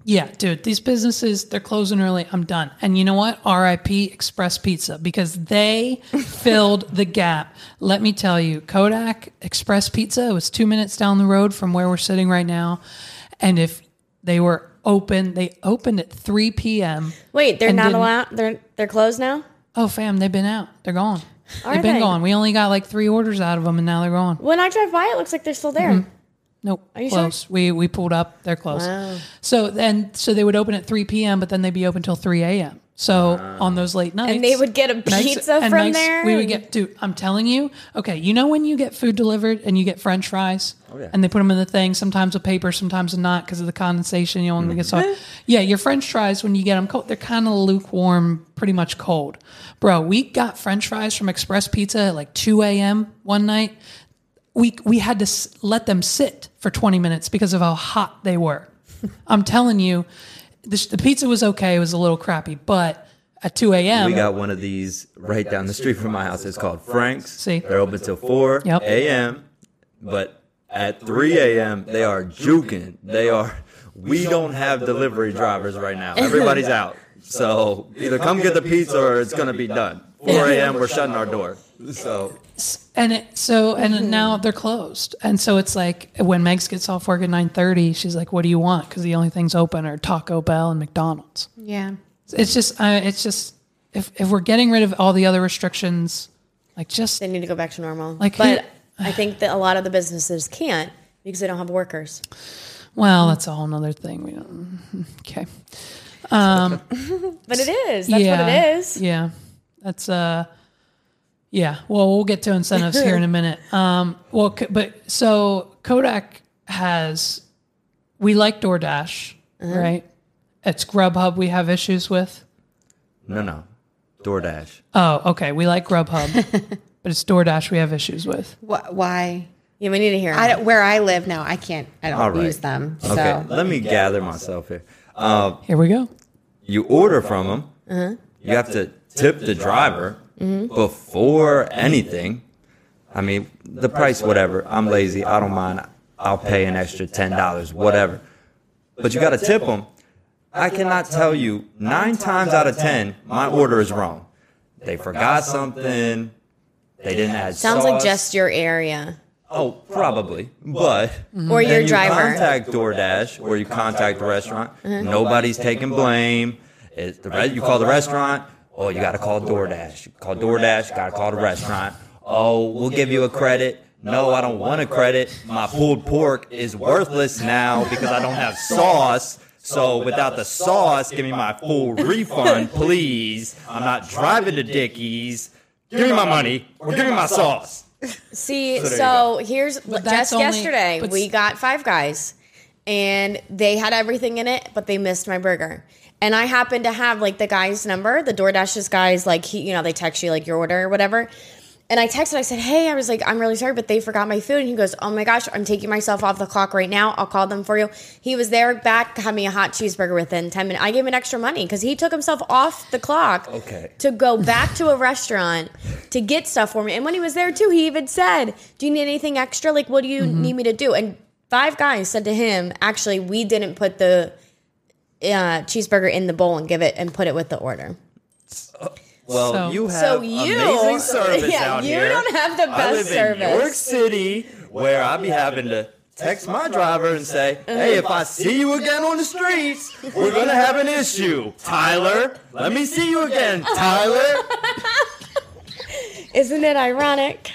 Speaker 2: yeah, dude, these businesses, they're closing early. I'm done. And you know what? RIP Express Pizza because they filled the gap. Let me tell you, Kodak Express Pizza was two minutes down the road from where we're sitting right now. And if they were open, they opened at 3 p.m.
Speaker 1: Wait, they're
Speaker 2: And
Speaker 1: not
Speaker 2: didn't-
Speaker 1: allowed. They're they're closed now.
Speaker 2: Oh, fam, they've been out. They're gone.
Speaker 1: Are
Speaker 2: they've been
Speaker 1: they?
Speaker 2: gone. We only got like three orders out of them and now they're gone.
Speaker 1: When I drive by, it looks like they're still there.
Speaker 2: Mm-hmm. Nope.
Speaker 1: Are you
Speaker 2: close. We we pulled up. They're close. So then so they would open at 3 p.m., but then they'd be open till 3 a.m. So on those late nights,
Speaker 1: And they would get a
Speaker 2: Meg's-
Speaker 1: pizza
Speaker 2: and
Speaker 1: from
Speaker 2: Meg's-
Speaker 1: there.
Speaker 2: We would get, dude. I'm telling you. Okay, you know when you get food delivered and you get French fries,
Speaker 1: Oh,
Speaker 2: and they put them in the thing. Sometimes with paper, sometimes not because of the condensation. You know, when it gets hot.
Speaker 1: Mm-hmm.
Speaker 2: Yeah, your French fries when you get them cold, they're kind of lukewarm, pretty much cold. Bro, we got French fries from Express Pizza at like 2 a.m. one night we we had to s- let them sit for 20 minutes because of how hot they were. I'm telling you, the, the pizza was okay. It was a little crappy, but at 2 a.m.
Speaker 3: We got one of these right down the street from my house. It's called Frank's.
Speaker 2: See.
Speaker 3: They're open till 4
Speaker 2: Yep.
Speaker 3: a.m. But at 3 a.m., they are juking. They are, we don't have delivery drivers right now. Everybody's out. So either come get the pizza or it's going to be done. 4 a.m., we're shutting our door. So
Speaker 2: and it, so and now they're closed. And so it's like when Megs gets off work at 9:30, she's like, "What do you want?" Because the only things open are Taco Bell and McDonald's.
Speaker 6: Yeah.
Speaker 2: It's just, I it's just if if we're getting rid of all the other restrictions, like just
Speaker 1: They need to go back to normal.
Speaker 2: Like,
Speaker 1: but
Speaker 2: who-
Speaker 1: I think that a lot of the businesses can't because they don't have workers.
Speaker 2: Well, that's a whole nother thing. We don't. Okay.
Speaker 1: But it is. That's what it is.
Speaker 2: Yeah. That's uh yeah. Well, we'll get to incentives here in a minute. Um well c- but so Kodak has we like DoorDash, right? It's Grubhub we have issues with.
Speaker 3: No, no. DoorDash.
Speaker 2: Oh, okay. We like Grubhub. but it's DoorDash we have issues with.
Speaker 6: Wh- why?
Speaker 1: Yeah, we need to hear.
Speaker 6: I
Speaker 1: it.
Speaker 6: don't, where I live now, I can't. I don't
Speaker 3: All right.
Speaker 6: use them. So
Speaker 3: Okay, let me gather myself here. Uh,
Speaker 2: Here we go.
Speaker 3: you order from them. Uh-huh. You have to tip the driver before anything. I mean, the price, whatever. I'm lazy. I don't mind. I'll pay an extra ten dollars, whatever. But you got to tip them. I cannot tell you nine times out of ten, my order is wrong. They forgot something. They didn't add.
Speaker 1: Sounds like
Speaker 3: sauce.
Speaker 1: just your area.
Speaker 3: Oh, probably, but
Speaker 1: Or your
Speaker 3: then Mm. you
Speaker 1: driver.
Speaker 3: contact DoorDash or you contact the restaurant. Nobody's taking blame. It's the re- you call the restaurant. Oh, you got to call DoorDash. You call DoorDash. Got to call the restaurant. Oh, we'll give you a credit. No, I don't want a credit. My pulled pork is worthless now because I don't have sauce. So without the sauce, give me my full refund, please. I'm not driving to Dickies. Give me my money or give me my sauce.
Speaker 1: See,
Speaker 3: there you
Speaker 1: so here's
Speaker 2: that's
Speaker 1: just
Speaker 2: only-
Speaker 1: yesterday
Speaker 2: but
Speaker 1: we
Speaker 2: s-
Speaker 1: got Five Guys, and they had everything in it, but they missed my burger. And I happened to have like the guy's number, the DoorDash's guys, like he, you know, they text you like your order or whatever. And I texted, I said, "Hey, I was like, I'm really sorry, but they forgot my food." And he goes, "Oh my gosh, I'm taking myself off the clock right now. I'll call them for you." He was there back, had me a hot cheeseburger within ten minutes. I gave him extra money because he took himself off the clock
Speaker 3: Okay.
Speaker 1: to go back to a restaurant to get stuff for me. And when he was there too, he even said, "Do you need anything extra? Like, what do you
Speaker 3: Mm-hmm.
Speaker 1: need me to do?" And five guys said to him, "Actually, we didn't put the uh, cheeseburger in the bowl and give it and put it with the order."
Speaker 3: Well,
Speaker 2: So-
Speaker 3: you have
Speaker 1: So you-
Speaker 3: amazing service
Speaker 1: yeah,
Speaker 3: out
Speaker 1: you
Speaker 3: here.
Speaker 1: don't have the
Speaker 3: I live
Speaker 1: best
Speaker 3: in York
Speaker 1: service.
Speaker 3: City, where I be having to text my driver and say, "Hey, if I see you again on the streets, we're gonna have an issue, Tyler. Let me see you again, Tyler."
Speaker 1: Isn't it ironic?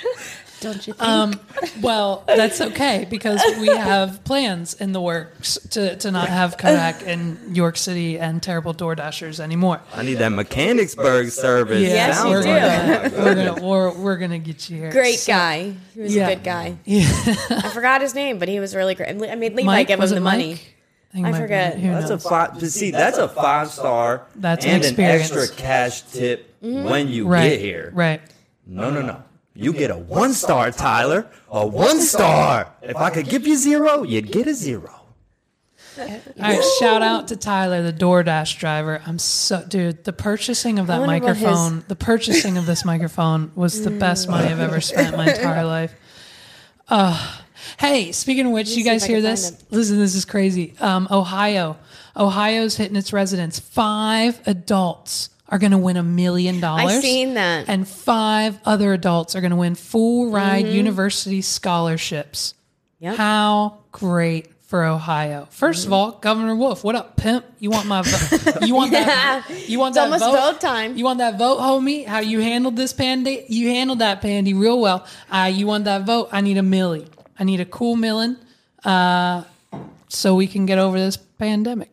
Speaker 6: don't
Speaker 3: Um,
Speaker 6: you think?
Speaker 2: Well, that's okay because we have plans in the works to, to not have Kodak in York City and terrible DoorDashers anymore.
Speaker 3: I need that Mechanicsburg service.
Speaker 1: Yes,
Speaker 3: Sounds
Speaker 1: you
Speaker 2: we're
Speaker 3: like-
Speaker 2: gonna, we're gonna we're, we're gonna get you here.
Speaker 1: Great
Speaker 2: So-
Speaker 1: guy. He was
Speaker 2: Yeah.
Speaker 1: a good guy. I forgot his name, but he was really great. I mean, Levi
Speaker 2: Mike
Speaker 1: gave him
Speaker 2: was it
Speaker 1: the money.
Speaker 2: Mike? think
Speaker 1: I
Speaker 2: Mike-
Speaker 1: forget.
Speaker 2: who
Speaker 3: That's a
Speaker 2: knows?
Speaker 3: five. but See, that's a five star.
Speaker 2: That's an
Speaker 3: and an,
Speaker 2: experience. Mm-hmm.
Speaker 3: extra cash tip when you
Speaker 2: right
Speaker 3: get here.
Speaker 2: Right.
Speaker 3: No, no, no. You get a one star, Tyler. A one star. If I could give you zero, you'd get a zero.
Speaker 2: All right. Shout out to Tyler, the DoorDash driver. I'm so dude. The purchasing of that
Speaker 1: wonder what his-
Speaker 2: microphone, the purchasing of this microphone, was the best money I've ever spent my entire life. Uh, hey, speaking of which, you
Speaker 1: see if
Speaker 2: guys
Speaker 1: I
Speaker 2: hear
Speaker 1: can find
Speaker 2: this?
Speaker 1: it.
Speaker 2: Listen, this is crazy. Um, Ohio, Ohio's hitting its residents. Five adults are going to win a million dollars.
Speaker 1: seen that.
Speaker 2: And five other adults are going to win full ride
Speaker 1: Mm-hmm.
Speaker 2: university scholarships.
Speaker 1: Yep.
Speaker 2: How great for Ohio! 1st of all, Governor Wolf, what up, pimp? You want my vo- you want that you want that
Speaker 1: almost
Speaker 2: vote?
Speaker 1: vote time.
Speaker 2: You want that vote, homie? How you handled this pandy? You handled that pandy real well. Uh, you want that vote? I need a millie. I need a cool millin, uh, so we can get over this pandemic.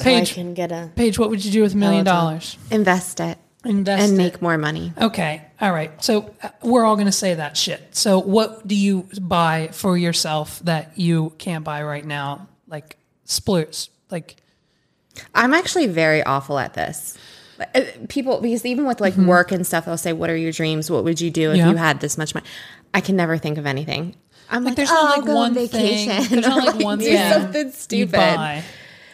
Speaker 1: I
Speaker 2: Paige,
Speaker 1: can get a.
Speaker 2: Paige, what would you do with a million dollars?
Speaker 6: Invest it
Speaker 2: Invest
Speaker 6: and
Speaker 2: it.
Speaker 6: make more money.
Speaker 2: Okay. All right. So uh, we're all going to say that shit. So what do you buy for yourself that you can't buy right now? Like splurts. Like
Speaker 6: I'm actually very awful at this. Uh, People, because even with like work and stuff, they'll say, "What are your dreams? What would you do if
Speaker 2: Mm-hmm. Yeah.
Speaker 6: you had this much money?" I can never think of anything. I'm like,
Speaker 2: there's
Speaker 6: oh,
Speaker 2: not
Speaker 6: I'll
Speaker 2: like
Speaker 6: go
Speaker 2: one
Speaker 6: on vacation.
Speaker 2: thing. There's not like
Speaker 6: Like,
Speaker 2: one
Speaker 6: do
Speaker 2: thing
Speaker 6: something
Speaker 2: you'd
Speaker 6: stupid.
Speaker 2: buy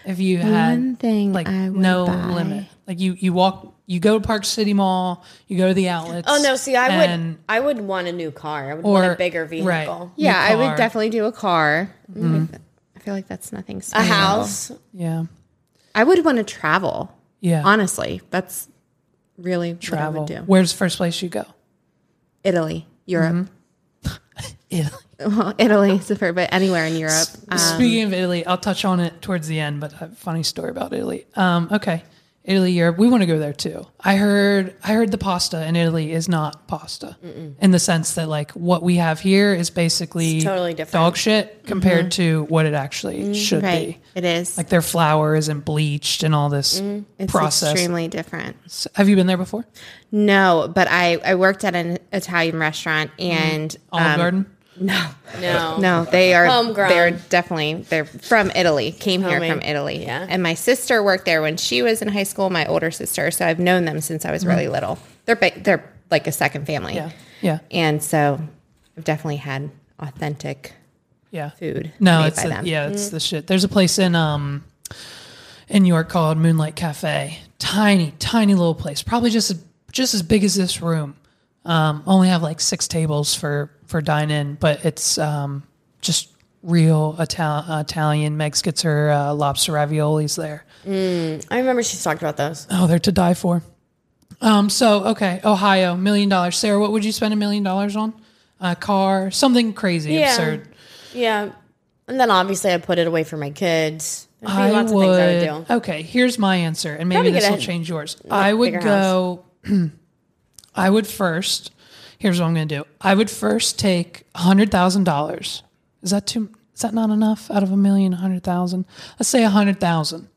Speaker 2: if you had
Speaker 6: One thing
Speaker 2: like
Speaker 6: I would
Speaker 2: no
Speaker 6: buy.
Speaker 2: limit. Like you you walk you go to Park City Mall, you go to the outlets.
Speaker 1: Oh no! See, I would.
Speaker 2: and-
Speaker 1: I would want a new car. I would
Speaker 2: or
Speaker 1: want a bigger vehicle.
Speaker 2: Right, New
Speaker 6: Yeah, I
Speaker 2: car. Mm-hmm.
Speaker 6: would definitely do a car. I feel like that's nothing.
Speaker 1: A
Speaker 2: Uh-huh.
Speaker 6: Special.
Speaker 1: house.
Speaker 2: Yeah.
Speaker 6: I would want to travel.
Speaker 2: Yeah.
Speaker 6: Honestly, that's really
Speaker 2: travel.
Speaker 6: What I would do.
Speaker 2: Where's the first place you go?
Speaker 6: Italy, Europe.
Speaker 2: Mm-hmm. Italy.
Speaker 6: Well, Italy is the first, but anywhere in Europe. Um,
Speaker 2: Speaking of Italy, I'll touch on it towards the end, but a funny story about Italy. Um, okay. Italy, Europe. We want to go there too. I heard I heard the pasta in Italy is not pasta in the sense that like what we have here is basically
Speaker 1: It's totally different.
Speaker 2: dog shit compared to what it actually should
Speaker 6: Mm-hmm. Right.
Speaker 2: be.
Speaker 6: It is. Mm-hmm.
Speaker 2: Like their flour isn't bleached and all this
Speaker 6: it's
Speaker 2: process.
Speaker 6: extremely different.
Speaker 2: So- have you been there before?
Speaker 6: No, but I, I worked at an Italian restaurant
Speaker 2: Mm-hmm.
Speaker 6: and
Speaker 2: Olive
Speaker 6: um,
Speaker 2: Garden.
Speaker 1: No.
Speaker 6: No, they are
Speaker 1: Homegrown.
Speaker 6: They're definitely they're from Italy. Came here
Speaker 1: Homemade.
Speaker 6: from Italy.
Speaker 1: Yeah.
Speaker 6: And my sister worked there when she was in high school. My older sister, so I've known them since I was really little. They're ba- they're like a second family.
Speaker 2: Mm-hmm. Yeah. Yeah.
Speaker 6: And so I've definitely had authentic
Speaker 2: Yeah.
Speaker 6: food.
Speaker 2: No,
Speaker 6: made
Speaker 2: it's
Speaker 6: by
Speaker 2: the,
Speaker 6: them. Mm.
Speaker 2: yeah, it's the shit. There's a place in um in New York called Moonlight Cafe. Tiny, tiny little place. Probably just just as big as this room. Um, only have like six tables for for dine in, but it's um just real Ital- Italian. Megs gets her uh, lobster raviolis there.
Speaker 1: I remember she's talked about those.
Speaker 2: Oh, they're to die for. Um, so okay, Ohio, million dollars. Sarah, what would you spend a million dollars on? A car, something crazy,
Speaker 1: Yeah.
Speaker 2: absurd.
Speaker 1: Yeah. And then obviously I put it away for my kids. There'd be
Speaker 2: I
Speaker 1: lots
Speaker 2: would.
Speaker 1: of things I would do.
Speaker 2: Okay, here's my answer, and maybe
Speaker 1: Probably get
Speaker 2: this
Speaker 1: a-
Speaker 2: will change yours. I would
Speaker 1: bigger
Speaker 2: go. I would first. Here's what I'm going to do. I would first take hundred thousand dollars. Is that too? Is that not enough? Out of a million, hundred thousand. Let's say a hundred thousand,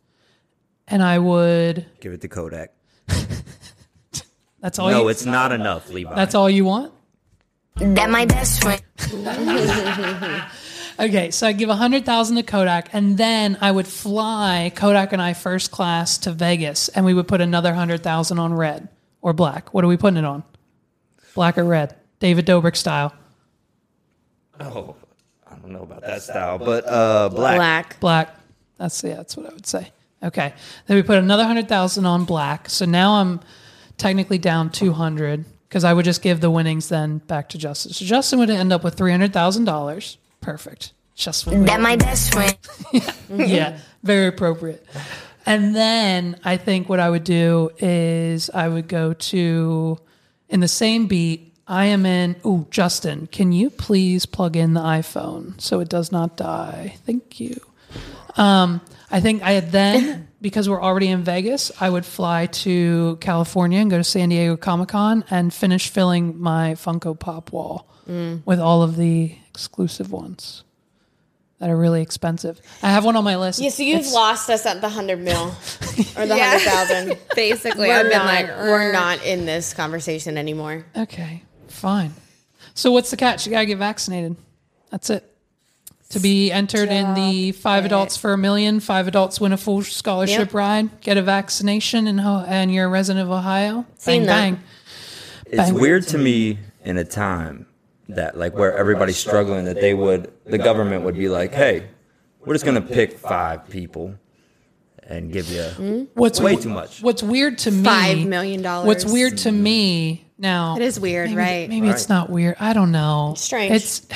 Speaker 2: and I would.
Speaker 3: Give it to Kodak.
Speaker 2: That's all.
Speaker 3: No,
Speaker 2: you,
Speaker 3: it's not enough, Levi.
Speaker 2: that's all you want.
Speaker 7: That my best friend.
Speaker 2: Okay, so I give a hundred thousand to Kodak, and then I would fly Kodak and I first class to Vegas, and we would put another hundred thousand on red or black. What are we putting it on? Black or red? David Dobrik style.
Speaker 3: Oh, I don't know about that style, but uh, black.
Speaker 1: Black.
Speaker 2: Black. That's yeah, that's what I would say. Okay, then we put another hundred thousand on black. So now I'm technically down two hundred because I would just give the winnings then back to Justin. So Justin would end up with three hundred thousand dollars. Perfect. Just what we
Speaker 7: That my best friend.
Speaker 2: yeah, very appropriate. And then I think what I would do is I would go to in the same beat. I am in. Ooh, Justin, can you please plug in the iPhone so it does not die? Thank you. Um, I think I then because we're already in Vegas, I would fly to California and go to San Diego Comic Con and finish filling my Funko Pop wall
Speaker 1: Mm.
Speaker 2: with all of the exclusive ones that are really expensive. I have one on my list.
Speaker 1: Yeah, so you've
Speaker 2: It's-
Speaker 1: lost us at the hundred mil or the hundred thousand.
Speaker 6: Basically,
Speaker 1: We're
Speaker 6: I've been
Speaker 1: not,
Speaker 6: like,
Speaker 1: we're
Speaker 6: "Err."
Speaker 1: not in this conversation anymore.
Speaker 2: Okay, fine. So what's the catch? You gotta get vaccinated. That's it. To be entered in the five adults for a million, five adults win a full scholarship
Speaker 1: Yep.
Speaker 2: ride, get a vaccination, and ho- and you're a resident of Ohio.
Speaker 1: Seen
Speaker 2: bang
Speaker 1: that.
Speaker 2: bang.
Speaker 3: It's
Speaker 2: Bang.
Speaker 3: weird to me in a time that like where everybody's struggling that they would the government would be like, hey, we're just gonna pick five people and give you
Speaker 2: What's
Speaker 3: way too much. Mm-hmm.
Speaker 2: What's weird to me?
Speaker 6: Five million dollars.
Speaker 2: What's weird to me now?
Speaker 6: It is weird,
Speaker 2: maybe-
Speaker 6: right?
Speaker 2: Maybe it's not weird. I don't know.
Speaker 1: Strange.
Speaker 2: It's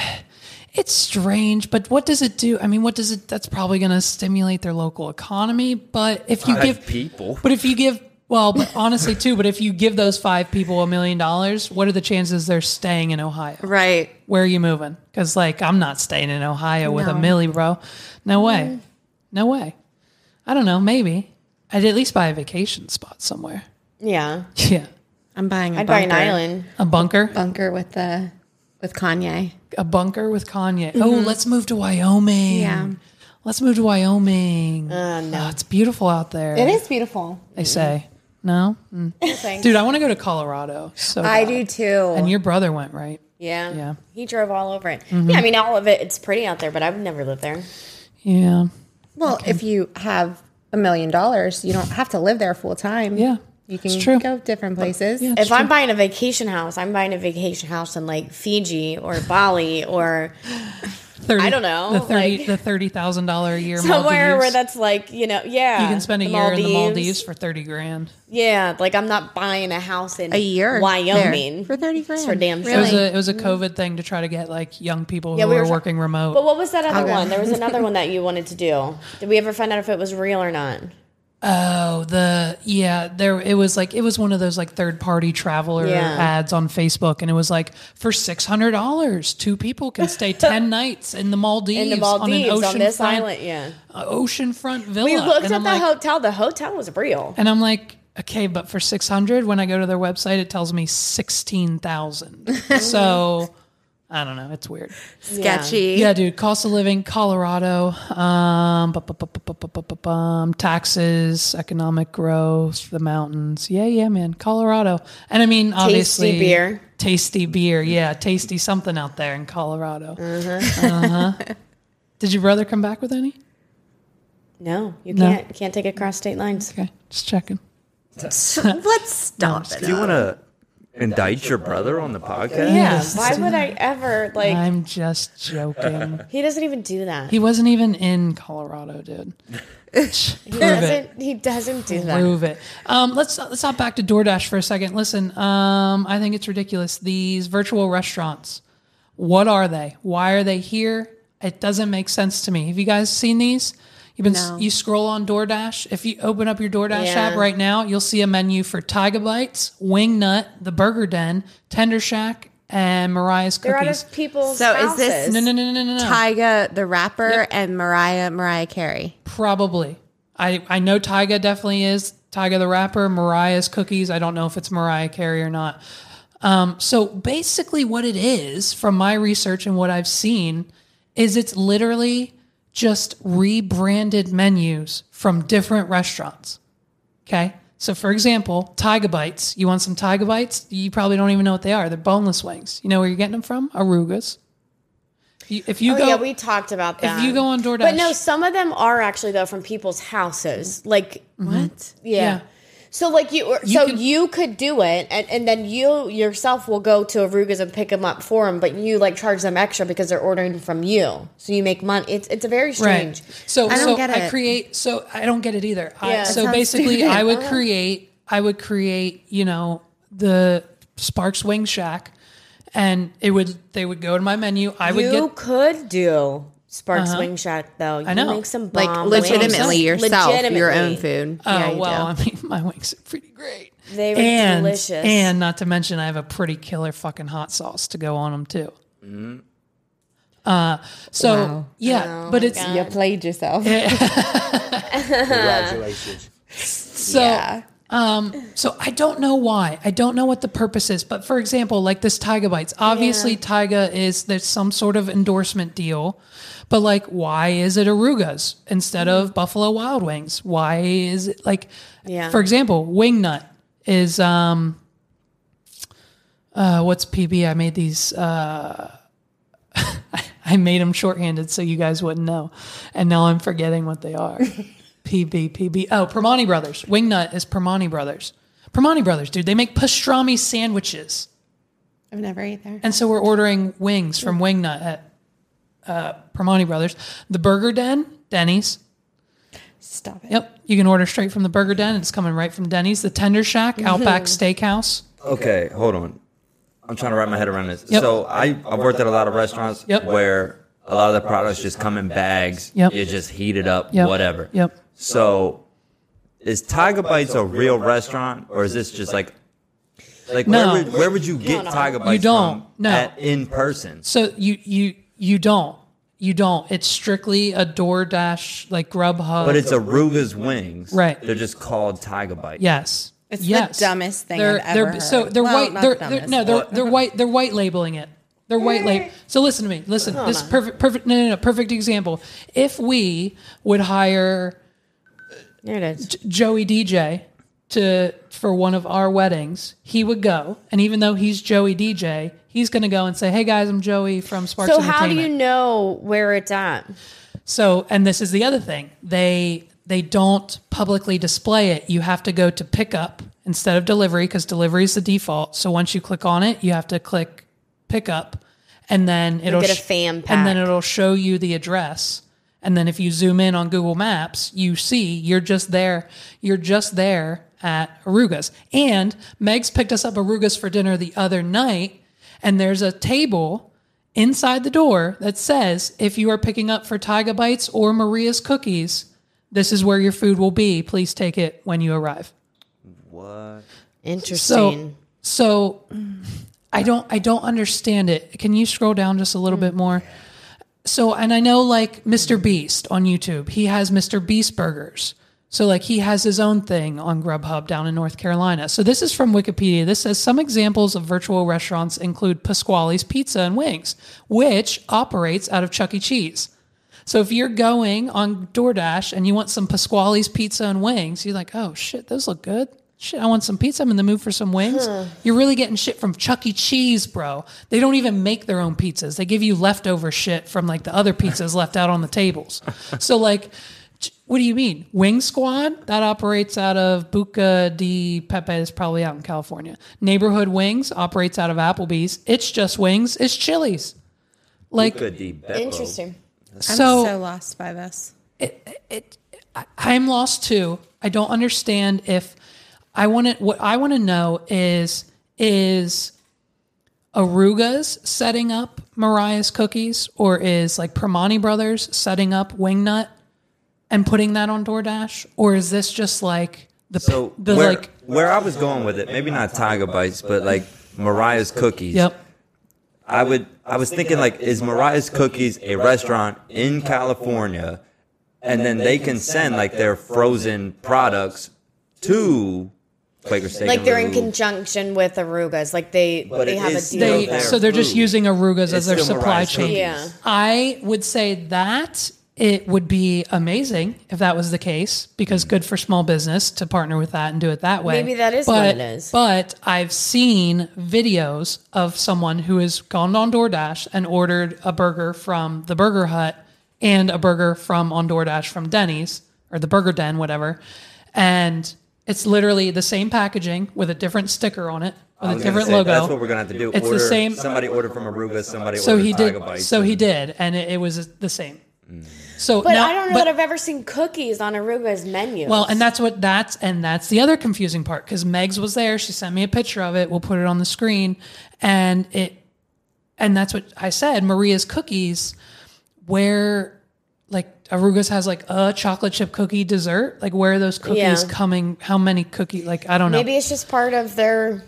Speaker 2: it's strange, but what does it do? I mean, what does it? That's probably going to stimulate their local economy. But if you
Speaker 3: Five
Speaker 2: give
Speaker 3: people.
Speaker 2: but if you give well, but honestly too, but if you give those five people a million dollars, what are the chances they're staying in Ohio?
Speaker 6: right.
Speaker 2: Where are you moving? Because like I'm not staying in Ohio with a
Speaker 6: No.
Speaker 2: milli, bro. No
Speaker 1: Mm.
Speaker 2: way. No way. I don't know. Maybe I'd at least buy a vacation spot somewhere.
Speaker 1: Yeah.
Speaker 2: Yeah,
Speaker 6: I'm buying. A
Speaker 1: I'd buy an
Speaker 6: bunker.
Speaker 1: island.
Speaker 2: a bunker.
Speaker 6: Bunker with the with Kanye.
Speaker 2: a bunker with Kanye. Oh,
Speaker 1: Mm-hmm.
Speaker 2: let's move to Wyoming.
Speaker 6: Yeah.
Speaker 2: Let's move to Wyoming.
Speaker 1: Uh,
Speaker 2: Oh, it's beautiful out there.
Speaker 6: It is beautiful.
Speaker 2: They say. No? Mm. Dude, I want to go to Colorado. So
Speaker 6: I
Speaker 2: bad.
Speaker 6: do too.
Speaker 2: And your brother went, right?
Speaker 1: Yeah.
Speaker 2: Yeah.
Speaker 1: He drove all over it. Yeah, I mean all of it it's pretty out there, but I would never live there.
Speaker 2: Yeah.
Speaker 6: Well, if you have a million dollars, you don't have to live there full time.
Speaker 2: Yeah.
Speaker 6: You
Speaker 2: It's
Speaker 6: can
Speaker 2: true.
Speaker 6: go different places.
Speaker 2: Yeah,
Speaker 1: If I'm buying a vacation house, I'm buying a vacation house in like Fiji or Bali or
Speaker 2: 30,
Speaker 1: I don't know,
Speaker 2: The thirty
Speaker 1: like-
Speaker 2: the thirty thousand dollar a year
Speaker 1: somewhere
Speaker 2: Maldives.
Speaker 1: where that's like, you know, yeah.
Speaker 2: you can spend a year in the Maldives for thirty grand.
Speaker 1: Yeah, like I'm not buying a house in
Speaker 6: A year
Speaker 1: Wyoming
Speaker 6: there for 30
Speaker 1: It's
Speaker 6: grand.
Speaker 1: for damn sure.
Speaker 2: It was
Speaker 6: Really?
Speaker 2: a it was a COVID thing to try to get like young people who
Speaker 1: Mm-hmm. Yeah, we
Speaker 2: were,
Speaker 1: were try-
Speaker 2: working remote.
Speaker 1: But what was that other
Speaker 6: Okay.
Speaker 1: one? There was another one that you wanted to do. Did we ever find out if it was real or not?
Speaker 2: Oh, the yeah, there it was like it was one of those like third party traveler
Speaker 1: Yeah.
Speaker 2: ads on Facebook, and it was like for six hundred dollars, two people can stay ten nights in the Maldives,
Speaker 1: in the
Speaker 2: on an
Speaker 1: Maldives on,
Speaker 2: ocean
Speaker 1: this
Speaker 2: front,
Speaker 1: island. Yeah,
Speaker 2: uh, oceanfront villa.
Speaker 1: we looked
Speaker 2: and
Speaker 1: at
Speaker 2: I'm
Speaker 1: the
Speaker 2: like,
Speaker 1: hotel. The hotel was real.
Speaker 2: and I'm like, okay, but for six hundred, when I go to their website, it tells me sixteen thousand. so I don't know, it's weird.
Speaker 6: Sketchy.
Speaker 2: Yeah, dude. Cost of living, Colorado. Um, bu- bu- bu- bu- bu- bu- bu- bu- bum, taxes, economic growth, the mountains. Yeah, yeah, man. Colorado, and I mean, obviously,
Speaker 1: beer.
Speaker 2: Tasty beer. Yeah, tasty something out there in Colorado. Uh-huh. Did your brother come back with any?
Speaker 1: No, you
Speaker 2: No.
Speaker 1: can't can't take it across state lines.
Speaker 2: Okay, just checking.
Speaker 6: Let's stop it.
Speaker 3: Do you want to indict your brother on the podcast?
Speaker 1: Yeah,
Speaker 2: Yes.
Speaker 1: why would I ever like?
Speaker 2: I'm just joking.
Speaker 1: he doesn't even do that.
Speaker 2: He wasn't even in Colorado, dude.
Speaker 1: He
Speaker 2: Prove it.
Speaker 1: doesn't. He doesn't do that.
Speaker 2: Prove it. Um, let's let's hop back to DoorDash for a second. Listen, um, I think it's ridiculous. These virtual restaurants, what are they? Why are they here? It doesn't make sense to me. Have you guys seen these? You've been
Speaker 6: No.
Speaker 2: you scroll on DoorDash. If you open up your DoorDash
Speaker 1: Yeah.
Speaker 2: app right now, you'll see a menu for Tiger Bites, Wing Nut, The Burger Den, Tender Shack, and Mariah's
Speaker 1: They're out
Speaker 2: Cookies.
Speaker 1: of people's.
Speaker 6: So is this-
Speaker 1: houses.
Speaker 2: no, no, no, no, no, no.
Speaker 6: Tyga the rapper and Mariah Mariah Carey.
Speaker 2: Probably. I, I know Tyga definitely is. Tyga the rapper, Mariah's cookies. I don't know if it's Mariah Carey or not. Um, so basically, what it is, from my research and what I've seen, is it's literally just rebranded menus from different restaurants. Okay. So, for example, Tyga Bites. You want some Tyga Bites? You probably don't even know what they are. They're boneless wings. You know where you're getting them from? Arugas. If you, if you
Speaker 1: Oh,
Speaker 2: go,
Speaker 1: yeah, we talked about that.
Speaker 2: you go on DoorDash-
Speaker 1: but no, some of them are actually though from people's houses. Like
Speaker 6: What?
Speaker 1: Yeah.
Speaker 2: Yeah.
Speaker 1: So like you, or so
Speaker 2: can-
Speaker 1: you could do it, and, and then you yourself will go to Arugas and pick them up for them, but you like charge them extra because they're ordering from you, so you make money. It's it's a very strange.
Speaker 2: So
Speaker 6: I don't
Speaker 2: so
Speaker 6: get
Speaker 2: I
Speaker 6: it.
Speaker 2: create so I don't get it either. I,
Speaker 1: Yeah. That
Speaker 2: so
Speaker 6: sounds
Speaker 2: basically
Speaker 6: stupid. Uh-huh.
Speaker 2: I would create I would create, you know, the Sparks Wing Shack and it would they would go to my menu. I would
Speaker 1: You
Speaker 2: get
Speaker 1: could do Sparks Wing Shack though. You I
Speaker 2: know.
Speaker 1: make some
Speaker 6: Like
Speaker 1: bomb
Speaker 6: legitimately
Speaker 1: wings.
Speaker 6: yourself, your own
Speaker 1: Legitimately.
Speaker 6: food.
Speaker 2: Oh
Speaker 6: Yeah, you
Speaker 2: well,
Speaker 6: do.
Speaker 2: I mean my wings are pretty great.
Speaker 1: They were
Speaker 2: and,
Speaker 1: delicious.
Speaker 2: And not to mention I have a pretty killer fucking hot sauce to go on them too. Uh so
Speaker 6: Wow.
Speaker 2: yeah, but it's
Speaker 6: you played yourself.
Speaker 5: Congratulations.
Speaker 2: So, um, so I don't know why. I don't know what the purpose is. But for example, like this Tyga Bites, obviously Tyga is there's some sort of endorsement deal. But like, why is it Arugas instead of Buffalo Wild Wings? Why is it like,
Speaker 1: Yeah.
Speaker 2: for example, Wingnut is um, uh, what's PB? I made these. Uh, I made them shorthanded so you guys wouldn't know, and now I'm forgetting what they are. PB, PB. Oh, Permani Brothers. Wingnut is Permani Brothers. Permani Brothers, dude. They make pastrami sandwiches.
Speaker 6: I've never ate there.
Speaker 2: And so we're ordering wings from Wingnut at uh, Permani Brothers. The Burger Den, Denny's.
Speaker 6: Stop it.
Speaker 2: Yep. You can order straight from the Burger Den. It's coming right from Denny's. The Tender Shack, Outback Steakhouse.
Speaker 3: Okay, hold on. I'm trying to wrap my head around this.
Speaker 2: Yep.
Speaker 3: So I, I've worked at a lot of restaurants
Speaker 2: Yep.
Speaker 3: where a lot of the products just come in bags.
Speaker 2: Yep.
Speaker 3: You just heat it up,
Speaker 2: Yep.
Speaker 3: whatever.
Speaker 2: Yep.
Speaker 3: So is Tiger Bites a real restaurant or is this just like like
Speaker 2: No.
Speaker 3: where, would, where would you get Tiger Bites
Speaker 2: don't.
Speaker 3: from
Speaker 2: No.
Speaker 3: at- in person?
Speaker 2: So you you you don't. You don't. It's strictly a DoorDash like Grubhub.
Speaker 3: But it's Aruga's wings.
Speaker 2: Right.
Speaker 3: They're just called Tiger Bites.
Speaker 2: Yes.
Speaker 6: It's the
Speaker 2: yes.
Speaker 6: dumbest thing
Speaker 2: they're,
Speaker 6: I've
Speaker 2: they're,
Speaker 6: ever
Speaker 2: So
Speaker 6: heard.
Speaker 2: they're
Speaker 6: Well,
Speaker 2: white.
Speaker 6: not
Speaker 2: They're,
Speaker 6: the
Speaker 2: they're,
Speaker 6: dumbest,
Speaker 2: no, they're,
Speaker 6: but-
Speaker 2: they're white. They're white labeling it. They're white label. So listen to me. Listen. This is perfect. Perfect. No, no, no. Perfect example. If we would hire
Speaker 1: There it is.
Speaker 2: Joey DJ to for one of our weddings, he would go, and even though he's Joey DJ, he's going to go and say, "Hey guys, I'm Joey from Sparks
Speaker 1: So
Speaker 2: Entertainment."
Speaker 1: how do you know where it's at?
Speaker 2: So, and this is the other thing they they don't publicly display it. You have to go to pickup instead of delivery because delivery is the default. So once you click on it, you have to click pickup, and then it'll
Speaker 1: get a
Speaker 2: sh-
Speaker 1: fan
Speaker 2: and then
Speaker 1: pack.
Speaker 2: it'll show you the address. And then if you zoom in on Google Maps, you see you're just there. You're just there at Arugas. And Meg's picked us up Arugas for dinner the other night, and there's a table inside the door that says if you are picking up for Tyga Bites or Maria's Cookies, This is where your food will be. Please take it when you arrive.
Speaker 3: What?
Speaker 1: Interesting.
Speaker 2: So, so I don't I don't understand it. Can you scroll down just a little bit more? So, and I know like Mr. Beast on YouTube, he has Mr. Beast burgers. So, like he has his own thing on Grubhub down in North Carolina. So, this is from Wikipedia. This says some examples of virtual restaurants include Pasquale's Pizza and Wings, which operates out of Chuck E. Cheese. So if you're going on DoorDash and you want some Pasquale's pizza and wings, you're like, oh shit, those look good. Shit, I want some pizza. I'm in the mood for some wings. You're really getting shit from Chuck E. Cheese, bro. They don't even make their own pizzas. They give you leftover shit from like the other pizzas left out on the tables. So like, ch- what do you mean? Wing Squad that operates out of Buca di Pepe is probably out in California. Neighborhood Wings operates out of Applebee's. It's just wings. It's Chili's. Like
Speaker 3: Good D Beppo.
Speaker 1: Interesting.
Speaker 6: I'm
Speaker 2: so,
Speaker 6: so lost by this.
Speaker 2: I'm lost too. I don't understand if I want to. What I want to know is is Aruga's setting up Mariah's cookies, or is like Permani Brothers setting up Wingnut and putting that on DoorDash, or is this just like the
Speaker 3: So
Speaker 2: the
Speaker 3: where,
Speaker 2: like
Speaker 3: where I was going with it, maybe not Tiger Bites, but like Mariah's Cookies.
Speaker 2: yep
Speaker 3: I would. I was thinking like, is Mariah's Cookies a restaurant in California, and then they can send like their frozen products to Quaker Steak.
Speaker 1: Like
Speaker 3: and
Speaker 1: they're in
Speaker 3: Brew.
Speaker 1: conjunction with Arugas. Like they
Speaker 3: But
Speaker 1: they
Speaker 3: it
Speaker 1: have a
Speaker 3: is
Speaker 1: deal.
Speaker 3: still
Speaker 2: they
Speaker 3: their
Speaker 1: there.
Speaker 2: so they're just
Speaker 3: food.
Speaker 2: using Arugas
Speaker 3: It's
Speaker 2: as their
Speaker 3: still
Speaker 2: supply
Speaker 3: Mariah's
Speaker 2: chain.
Speaker 3: Cookies.
Speaker 1: Yeah.
Speaker 2: I would say that it would be amazing if that was the case because good for small business to partner with that and do it that way.
Speaker 1: Maybe that is
Speaker 2: but,
Speaker 1: what it is.
Speaker 2: But I've seen videos of someone who has gone on DoorDash and ordered a burger from the Burger Hut and a burger from on DoorDash from Denny's or the Burger Den, whatever. And it's literally the same packaging with a different sticker on it, with a
Speaker 3: I was gonna
Speaker 2: different
Speaker 3: say,
Speaker 2: logo.
Speaker 3: That's what we're gonna have to do.
Speaker 2: It's the
Speaker 3: Order-
Speaker 2: same-
Speaker 3: Somebody ordered from Aruba. Somebody
Speaker 2: so
Speaker 3: ordered
Speaker 2: he
Speaker 3: Tiger
Speaker 2: did.
Speaker 3: Bites.
Speaker 2: So he did, and it, it was the same. So,
Speaker 1: but I don't know that I've ever seen cookies on Aruga's menu.
Speaker 2: Well, and that's what that's and that's the other confusing part because Megs was there. She sent me a picture of it. We'll put it on the screen, and it, and that's what I said. Maria's cookies, where like Arugas has like a chocolate chip cookie dessert. Like where are those cookies
Speaker 1: Yeah.
Speaker 2: coming? How many cookie? Like I don't know.
Speaker 1: maybe it's just part of their.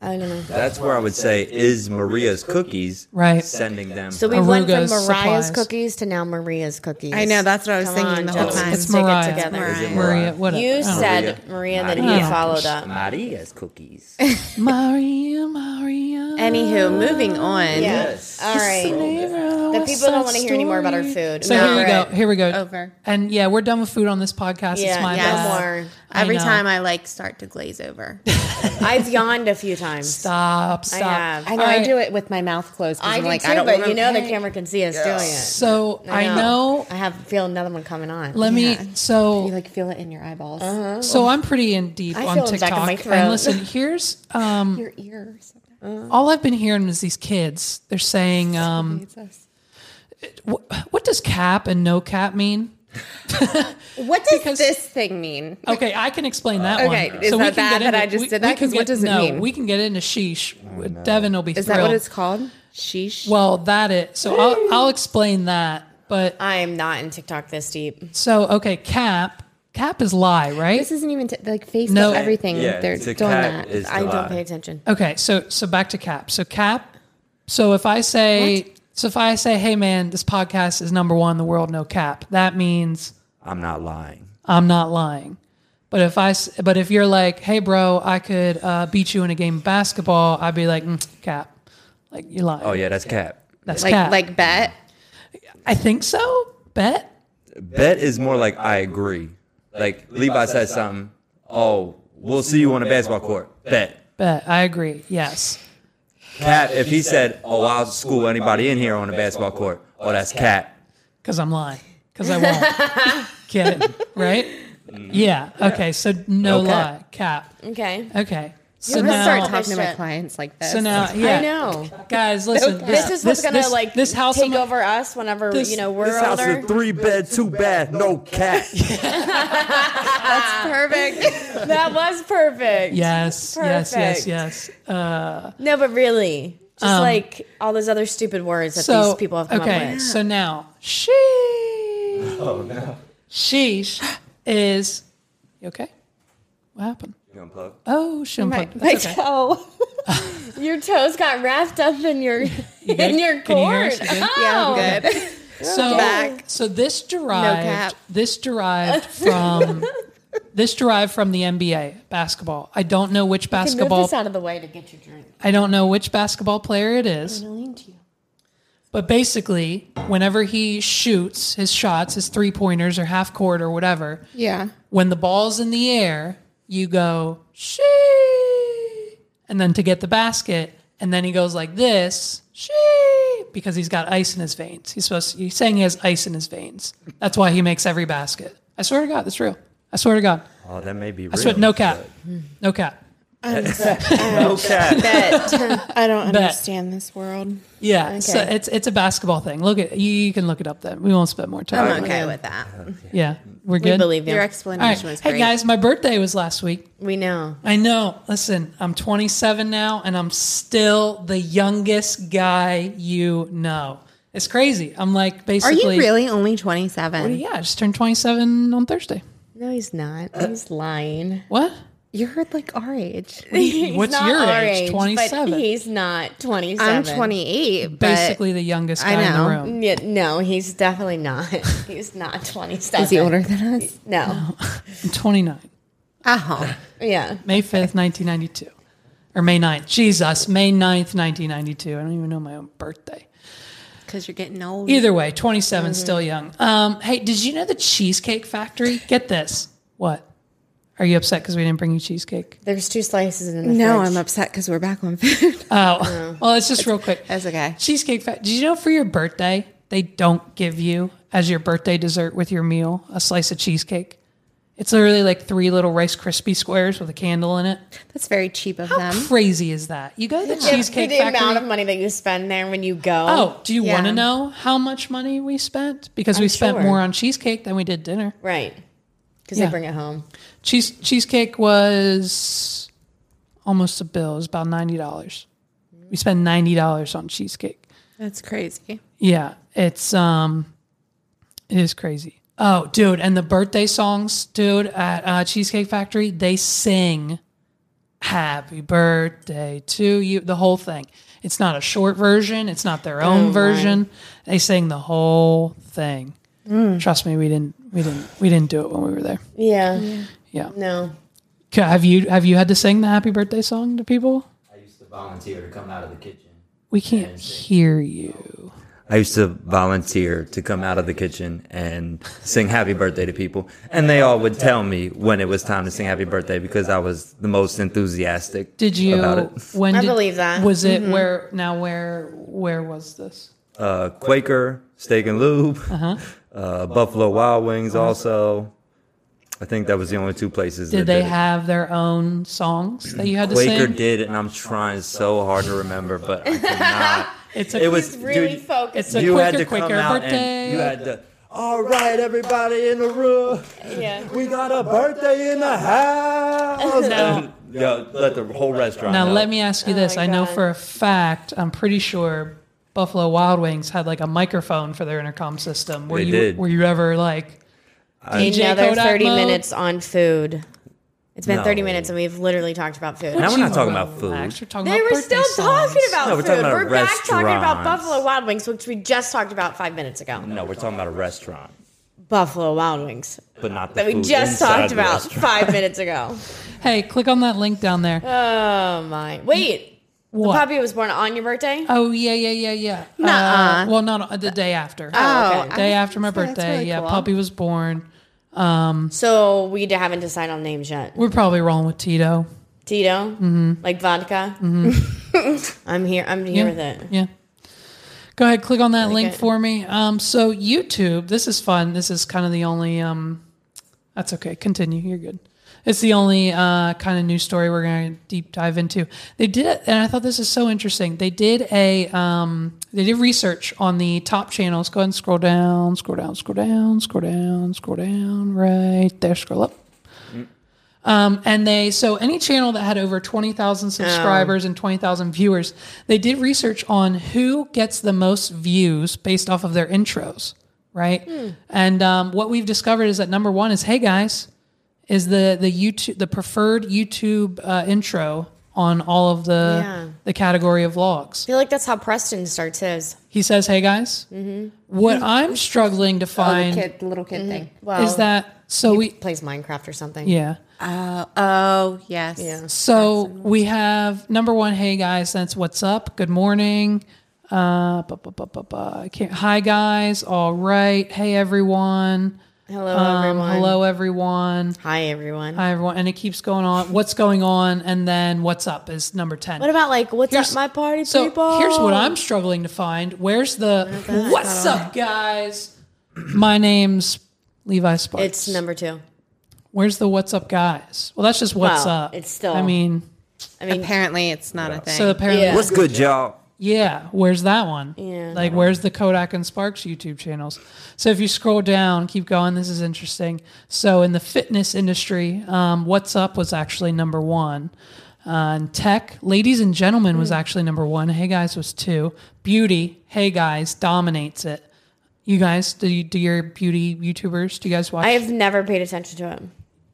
Speaker 1: I don't know.
Speaker 3: That's where I would say is Maria's Cookies
Speaker 2: Right.
Speaker 3: sending them.
Speaker 1: So we went from Mariah's
Speaker 2: Aruga's supplies.
Speaker 1: cookies to now Maria's cookies.
Speaker 6: I know, that's what I was
Speaker 1: Come
Speaker 6: thinking
Speaker 1: on,
Speaker 6: the whole
Speaker 1: Jess,
Speaker 6: time.
Speaker 1: let's
Speaker 2: It's
Speaker 1: take
Speaker 2: Mariah.
Speaker 1: it together.
Speaker 6: It's Mariah.
Speaker 2: Maria, what
Speaker 1: You said Maria, then you
Speaker 3: Maria.
Speaker 1: followed up.
Speaker 3: Maria's Cookies.
Speaker 2: Maria, Maria.
Speaker 6: Anywho, moving on.
Speaker 1: Yes. All right.
Speaker 2: The
Speaker 1: The people don't want to hear any more about our food.
Speaker 2: So
Speaker 1: No.
Speaker 2: here we go.
Speaker 1: Right.
Speaker 2: Here we go.
Speaker 6: Over.
Speaker 2: And yeah, we're done with food on this podcast.
Speaker 1: Yeah,
Speaker 2: it's my
Speaker 1: no
Speaker 2: bad.
Speaker 1: more.
Speaker 2: I
Speaker 6: Every
Speaker 2: know.
Speaker 6: time I like start to glaze over.
Speaker 1: I've yawned a few times.
Speaker 2: Stop. Stop.
Speaker 1: have. I
Speaker 6: I know
Speaker 2: All
Speaker 6: I
Speaker 2: right.
Speaker 6: do it with my mouth closed. 'cause
Speaker 1: I
Speaker 6: I'm
Speaker 1: do
Speaker 6: like,
Speaker 1: too,
Speaker 6: I don't
Speaker 1: but
Speaker 6: wanna-
Speaker 1: you know the
Speaker 6: Hey.
Speaker 1: camera can see us doing it.
Speaker 2: So I know.
Speaker 1: I have feel another one coming on.
Speaker 2: let me. So
Speaker 6: You like oh. feel it in your eyeballs,
Speaker 2: so I'm pretty in deep
Speaker 1: I
Speaker 2: on
Speaker 1: feel it
Speaker 2: TikTok.
Speaker 1: back in my
Speaker 2: And
Speaker 1: throat.
Speaker 2: listen, here's um,
Speaker 6: your ears.
Speaker 2: all I've been hearing is these kids. They're saying,
Speaker 6: Mm-hmm.
Speaker 2: um, "Wh- "What does cap and no cap mean?"
Speaker 6: What does
Speaker 2: Because-
Speaker 6: this thing mean?
Speaker 2: Okay, I can explain that one.
Speaker 6: Okay, is
Speaker 2: we can
Speaker 6: that
Speaker 2: get
Speaker 6: bad that I
Speaker 2: into-
Speaker 6: just
Speaker 2: we-
Speaker 6: did
Speaker 2: we
Speaker 6: that?
Speaker 2: can
Speaker 6: 'Cause what
Speaker 2: get-
Speaker 6: does it
Speaker 2: no,
Speaker 6: mean?
Speaker 2: We can get into sheesh. Devin will be.
Speaker 6: Is that what
Speaker 2: thrilled.
Speaker 6: it's called? Sheesh.
Speaker 2: Well, that is. So I'll, I'll explain that. But
Speaker 1: I am not in TikTok this deep.
Speaker 2: so okay, cap cap is lie, right?
Speaker 6: this isn't even t- like Facebook.
Speaker 2: No.
Speaker 6: everything
Speaker 3: Yeah,
Speaker 6: they're
Speaker 3: to
Speaker 6: doing
Speaker 3: cat
Speaker 6: that.
Speaker 3: is
Speaker 1: I
Speaker 3: the
Speaker 1: don't
Speaker 3: lie.
Speaker 1: pay attention.
Speaker 2: okay, so so back to cap. So cap. So if I say so if I say, hey man, this podcast is number one in the world, no cap. That means
Speaker 3: I'm not lying.
Speaker 2: I'm not lying. But if I s- but if you're like, hey bro, I could uh, beat you in a game of basketball, I'd be like, mm, cap. Like you're lying.
Speaker 3: Oh yeah, that's cap.
Speaker 2: That's
Speaker 6: Like
Speaker 2: cap.
Speaker 6: like bet.
Speaker 2: I think so. Bet.
Speaker 3: Bet is more like I agree. Like Levi said something. Oh, we'll see you on the basketball court. Bet.
Speaker 2: Bet. I agree. Yes.
Speaker 3: Cap. If he said, "Oh, I'll school anybody in here on the basketball court," oh, that's cap.
Speaker 2: Because I'm lying. Because I won't. Get it? Right? Yeah. Okay. So no
Speaker 3: No cap.
Speaker 2: lie. Cap.
Speaker 1: Okay.
Speaker 2: Okay. So
Speaker 6: I'm gonna
Speaker 2: now,
Speaker 6: start talking to my
Speaker 1: Shit.
Speaker 6: clients like this.
Speaker 2: so now, yeah.
Speaker 1: I know.
Speaker 2: Guys, listen.
Speaker 1: This is what's gonna
Speaker 2: this-
Speaker 1: like
Speaker 2: this house.
Speaker 1: take
Speaker 2: I'm-
Speaker 1: over us whenever
Speaker 2: this-
Speaker 1: you know
Speaker 3: This
Speaker 1: we're
Speaker 3: house
Speaker 1: older.
Speaker 3: is three bed, two bath, no cap.
Speaker 6: perfect.
Speaker 1: that was perfect.
Speaker 2: Yes. Yes. Yes.
Speaker 1: Perfect.
Speaker 2: Yes.
Speaker 1: No, but really, just like all those other stupid words that
Speaker 2: Um, So
Speaker 1: these people have come
Speaker 2: okay.
Speaker 1: up with.
Speaker 2: So now, she. Oh no. Sheesh is you okay? What happened?
Speaker 3: You unplug.
Speaker 2: Oh, she unplugged.
Speaker 1: My
Speaker 2: That's okay.
Speaker 1: toe. your toes got wrapped up in your
Speaker 2: good?
Speaker 1: in your
Speaker 2: Can you hear
Speaker 1: cord.
Speaker 2: us? You good?
Speaker 1: Oh.
Speaker 6: Yeah, I'm good.
Speaker 2: So
Speaker 6: Back.
Speaker 2: so this
Speaker 6: cap.
Speaker 2: derived this derived from this derived from the NBA basketball. I don't know which
Speaker 1: You can move
Speaker 2: basketball
Speaker 1: this out of the way to get your drink.
Speaker 2: I don't know which basketball player it is. But basically, whenever he shoots his shots, his three pointers or half court or whatever,
Speaker 6: Yeah.
Speaker 2: when the ball's in the air, you go she, and then to get the basket, and then he goes like this she because he's got ice in his veins. He's supposed to, he's saying he has ice in his veins. That's why he makes every basket. I swear to God, that's real. I swear to God.
Speaker 3: Oh, that may be real.
Speaker 2: I swear, no cap, no cap.
Speaker 3: No cat.
Speaker 9: I don't
Speaker 2: Bet.
Speaker 9: understand this world.
Speaker 2: Yeah, so
Speaker 1: Okay.
Speaker 2: it's it's a basketball thing. Look at you, you can look it up then. We won't spend more time.
Speaker 6: I'm okay with that.
Speaker 2: Yeah, we're
Speaker 1: We
Speaker 2: good.
Speaker 1: believe you.
Speaker 6: Your
Speaker 2: All right.
Speaker 6: explanation was great.
Speaker 2: Hey guys, my birthday was last week.
Speaker 1: we know.
Speaker 2: I know. Listen, I'm 27 now and I'm still the youngest guy you know. It's crazy. I'm like
Speaker 6: Are
Speaker 2: basically
Speaker 6: you really only 27?
Speaker 2: Yeah, I just turned 27 on Thursday.
Speaker 1: No, he's not. He's lying.
Speaker 2: What?
Speaker 6: You heard like our age.
Speaker 1: He's
Speaker 2: What's
Speaker 1: not
Speaker 2: your
Speaker 1: our
Speaker 2: age?
Speaker 1: but
Speaker 2: 27.
Speaker 1: He's not 27.
Speaker 6: I'm 28,
Speaker 2: Basically the youngest
Speaker 6: I
Speaker 2: guy in
Speaker 6: know.
Speaker 2: the room.
Speaker 1: Yeah, no, he's definitely not. He's not 27.
Speaker 6: but is he older than us?
Speaker 1: No.
Speaker 2: I'm 29.
Speaker 6: Oh,
Speaker 1: Yeah.
Speaker 2: May 5th, 1992. Or May 9th. Jesus, May 9th, 1992. I don't even know my own birthday.
Speaker 6: because you're getting old.
Speaker 2: Either way, 27,
Speaker 6: Mm-hmm.
Speaker 2: still young. Um, hey, did you know the Cheesecake Factory? Get this. What? Are you upset because we didn't bring you cheesecake?
Speaker 1: There's two slices in the
Speaker 9: No,
Speaker 1: fridge.
Speaker 9: I'm upset because we're back on food.
Speaker 2: Oh, well, it's just real quick.
Speaker 6: That's okay.
Speaker 2: Cheesecake Factory. Did you know for your birthday, they don't give you, as your birthday dessert with your meal, a slice of cheesecake? It's literally like three little Rice Krispie squares with a candle in it.
Speaker 6: That's very cheap of
Speaker 2: How
Speaker 6: them.
Speaker 2: crazy is that? You go to the
Speaker 1: Um, Yeah,
Speaker 2: Cheesecake
Speaker 1: the
Speaker 2: Factory.
Speaker 1: amount of money that you spend there when you go.
Speaker 2: Oh, do you
Speaker 6: Yeah.
Speaker 2: want to know how much money we spent? Because we
Speaker 1: I'm
Speaker 2: spent
Speaker 1: sure.
Speaker 2: more on cheesecake than we did dinner.
Speaker 1: Right. Because
Speaker 2: Yeah.
Speaker 1: they bring it home.
Speaker 2: Cheese cheesecake was almost a bill. It was about ninety dollars. We spent ninety dollars on cheesecake.
Speaker 9: That's crazy.
Speaker 2: Yeah, it's um, it is crazy. Oh, dude, and the birthday songs, dude, at uh, Cheesecake Factory, they sing "Happy Birthday to You," the whole thing. It's not a short version. It's not their own version. They sing the whole thing. Trust me, we didn't, we didn't, we didn't do it when we were there.
Speaker 1: Yeah.
Speaker 2: Yeah.
Speaker 1: No.
Speaker 2: Ca- Have you have you had to sing the happy birthday song to people?
Speaker 3: I used to volunteer to come out of the kitchen.
Speaker 2: We can't hear you.
Speaker 3: I used to volunteer to come out of the kitchen and sing happy birthday to people. And they all would tell me when it was time to sing happy birthday because I was the most enthusiastic
Speaker 2: Did you
Speaker 3: about it.
Speaker 2: when
Speaker 1: I
Speaker 2: did-
Speaker 1: believe that. Mm-hmm.
Speaker 2: Was it where now where where was this?
Speaker 3: Uh, Quaker, Steak and Lube,
Speaker 2: Uh-huh.
Speaker 3: uh Buffalo Wild Wings also. I think that was the only two places
Speaker 2: Did
Speaker 3: that
Speaker 2: they
Speaker 3: it.
Speaker 2: have their own songs that you had to
Speaker 3: Quaker
Speaker 2: sing?
Speaker 3: did, and I'm trying so hard to remember, but I could not.
Speaker 2: It's a
Speaker 3: it was
Speaker 1: He's really
Speaker 3: dude,
Speaker 1: focused.
Speaker 2: it's a
Speaker 3: you
Speaker 2: Quaker
Speaker 3: had to
Speaker 2: Quaker
Speaker 3: come out
Speaker 2: birthday.
Speaker 3: and you had to. All right, everybody in the room.
Speaker 1: Yeah.
Speaker 3: We got a birthday in the house.
Speaker 2: Now-
Speaker 3: And, yo, let the whole restaurant.
Speaker 2: now
Speaker 3: know.
Speaker 2: let me ask you this.
Speaker 1: Oh my
Speaker 2: I know
Speaker 1: God.
Speaker 2: for a fact, I'm pretty sure Buffalo Wild Wings had like a microphone for their intercom system. Were
Speaker 3: They
Speaker 2: you
Speaker 3: did.
Speaker 2: were you ever like DJ
Speaker 1: Another
Speaker 2: Kodak
Speaker 1: 30
Speaker 2: mode?
Speaker 1: minutes on food. It's been
Speaker 3: No.
Speaker 1: 30 minutes and we've literally talked about food.
Speaker 3: Now we're not talking
Speaker 2: Oh,
Speaker 3: about
Speaker 2: Max,
Speaker 3: food.
Speaker 2: we're talking
Speaker 1: They
Speaker 2: about
Speaker 1: were
Speaker 2: birthday
Speaker 1: still talking
Speaker 2: songs.
Speaker 1: about
Speaker 3: No, we're
Speaker 1: food.
Speaker 3: talking about
Speaker 1: we're back talking about
Speaker 3: restaurants.
Speaker 1: Buffalo Wild Wings, which we just talked about five minutes ago.
Speaker 3: No, we're talking about a restaurant,
Speaker 1: Buffalo Wild Wings
Speaker 3: but not the
Speaker 1: that we
Speaker 3: food
Speaker 1: just
Speaker 3: inside
Speaker 1: talked
Speaker 3: the
Speaker 1: about
Speaker 3: restaurant.
Speaker 1: five minutes ago.
Speaker 2: Hey, click on that link down there.
Speaker 1: Oh my! Wait,
Speaker 2: What?
Speaker 1: the puppy was born on your birthday.
Speaker 2: Oh yeah, yeah, yeah, yeah. Uh,
Speaker 6: Nuh-uh.
Speaker 2: well, not on- the day after.
Speaker 1: Uh,
Speaker 6: Oh,
Speaker 1: okay.
Speaker 2: day after my
Speaker 6: so that's
Speaker 2: birthday.
Speaker 6: really
Speaker 2: yeah,
Speaker 6: cool.
Speaker 2: puppy was born.
Speaker 1: So we d- haven't decided on names yet.
Speaker 2: We're probably rolling with Tito.
Speaker 1: Tito, like vodka. I'm here. I'm here
Speaker 2: Mm-hmm. Yeah.
Speaker 1: with it.
Speaker 2: Yeah. Go ahead, click on that link
Speaker 1: it.
Speaker 2: for me. Um, so YouTube, this is fun. This is kind of the only. Um, that's okay. Continue. You're good. It's the only uh, kind of news story we're going to deep dive into. They did, it, and I thought this is so interesting. They did a, um, they did research on the top channels. Go ahead and scroll down, scroll down, scroll down, scroll down, scroll down, right there. Scroll up. Um, and they so any channel that had over twenty
Speaker 6: Oh.
Speaker 2: thousand subscribers and twenty thousand viewers, they did research on who gets the most views based off of their intros, right?
Speaker 6: Hmm.
Speaker 2: And um, what we've discovered is that number one is, hey guys, is the the YouTube the preferred YouTube uh, intro on all of the
Speaker 1: Yeah.
Speaker 2: the category of vlogs.
Speaker 1: feel like that's how Preston starts his.
Speaker 2: He says, hey guys, what I'm struggling to
Speaker 6: Mm-hmm. Oh,
Speaker 2: find
Speaker 6: the kid, the little kid thing.
Speaker 1: Well,
Speaker 2: is that so we
Speaker 1: plays Minecraft or something.
Speaker 2: yeah.
Speaker 6: Oh yes.
Speaker 1: Yeah.
Speaker 2: So we have number one, hey guys, that's what's up. Good morning. Uh, bu- bu- bu- bu- bu- I can't- hi guys, all right. Hey everyone.
Speaker 1: Hello,
Speaker 2: Um,
Speaker 1: everyone.
Speaker 2: hello everyone.
Speaker 1: Hi, everyone.
Speaker 2: Hi everyone. And it keeps going on. What's going on? And then what's up is number ten.
Speaker 1: What about like what's
Speaker 2: Here's-
Speaker 1: up, my party
Speaker 2: so
Speaker 1: people?
Speaker 2: here's what I'm struggling to find. Where's the what's up, guys? My name's Levi Sparks.
Speaker 1: It's number two.
Speaker 2: Where's the what's up, guys? Well, that's just what's
Speaker 1: Well,
Speaker 2: up.
Speaker 1: it's still-
Speaker 2: I mean,
Speaker 1: I mean,
Speaker 6: Apparently, it's not a thing.
Speaker 2: so apparently
Speaker 1: Yeah.
Speaker 3: What's good, y'all?
Speaker 2: Yeah, where's that one?
Speaker 1: Yeah.
Speaker 2: Like, where's the Kodak and Sparks YouTube channels? So if you scroll down, keep going. This is interesting. So in the fitness industry, um, What's Up was actually number one. Uh, and tech, ladies and gentlemen,
Speaker 6: Hmm.
Speaker 2: was actually number one. Hey guys was two. Beauty, hey guys, dominates it. You guys, do, you, do your beauty YouTubers? Do you guys watch
Speaker 1: I have never paid attention to him.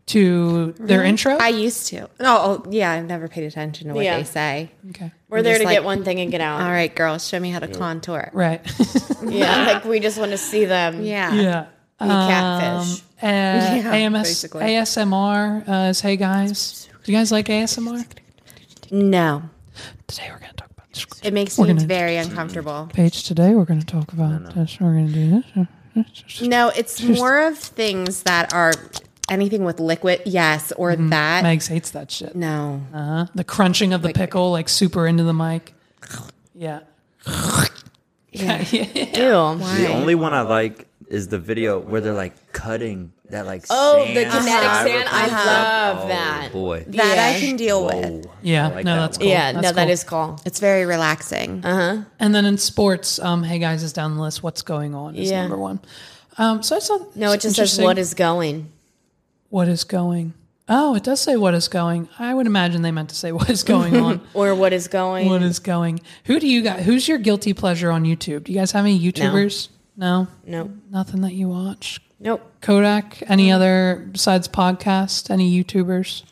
Speaker 2: to their intro?
Speaker 6: I used to. No, oh, yeah, I've never paid attention to what
Speaker 1: Yeah.
Speaker 6: they say.
Speaker 2: okay,
Speaker 1: We're there
Speaker 6: just
Speaker 1: to
Speaker 6: like-
Speaker 1: get one thing and get out.
Speaker 6: All right, girls, show me how to contour.
Speaker 2: right?
Speaker 1: Yeah, like we just want to see them.
Speaker 6: Yeah. Um,
Speaker 2: yeah.
Speaker 1: be catfish.
Speaker 2: Uh, AMS,
Speaker 6: basically.
Speaker 2: ASMR uh, is hey guys. Do you guys like ASMR?
Speaker 6: No,
Speaker 2: Today we're gonna talk about this
Speaker 6: it makes
Speaker 2: We're
Speaker 6: me
Speaker 2: gonna-
Speaker 6: very uncomfortable.
Speaker 2: page. Today we're gonna talk about this. We're gonna do this.
Speaker 6: No, it's more of things that are anything with liquid. Yes, or
Speaker 2: Mm-hmm.
Speaker 6: that.
Speaker 2: Megs hates that shit.
Speaker 6: no.
Speaker 2: Uh-huh. The crunching of the pickle, like super into the mic. Yeah. Yeah.
Speaker 1: Ew.
Speaker 3: The only one I like is the video where they're like cutting that like
Speaker 1: Oh, the
Speaker 3: sand
Speaker 1: kinetic
Speaker 3: side
Speaker 1: sand.
Speaker 3: with
Speaker 1: I
Speaker 3: the-
Speaker 1: love
Speaker 3: oh,
Speaker 1: that.
Speaker 3: boy.
Speaker 6: that I
Speaker 1: Yeah.
Speaker 6: can deal
Speaker 3: Whoa.
Speaker 6: with.
Speaker 2: Yeah,
Speaker 3: I like
Speaker 2: no,
Speaker 3: that
Speaker 2: that's
Speaker 3: one.
Speaker 2: cool.
Speaker 1: Yeah,
Speaker 2: That's
Speaker 1: no, that
Speaker 2: cool.
Speaker 1: is cool.
Speaker 6: It's very relaxing.
Speaker 2: And then in sports, um, hey guys is down the list. What's going on is
Speaker 1: Yeah.
Speaker 2: number one. Um, so I saw
Speaker 1: No, it just says
Speaker 2: interesting-
Speaker 1: what is going.
Speaker 2: what is going. Oh, it does say what is going. I would imagine they meant to say what is going on.
Speaker 1: Or what is going.
Speaker 2: what is going. Who do you got? Who's your guilty pleasure on YouTube? Do you guys have any YouTubers? No.
Speaker 1: no.
Speaker 2: Nothing that you watch.
Speaker 1: Nope.
Speaker 2: Kodak, any other besides podcast, any YouTubers?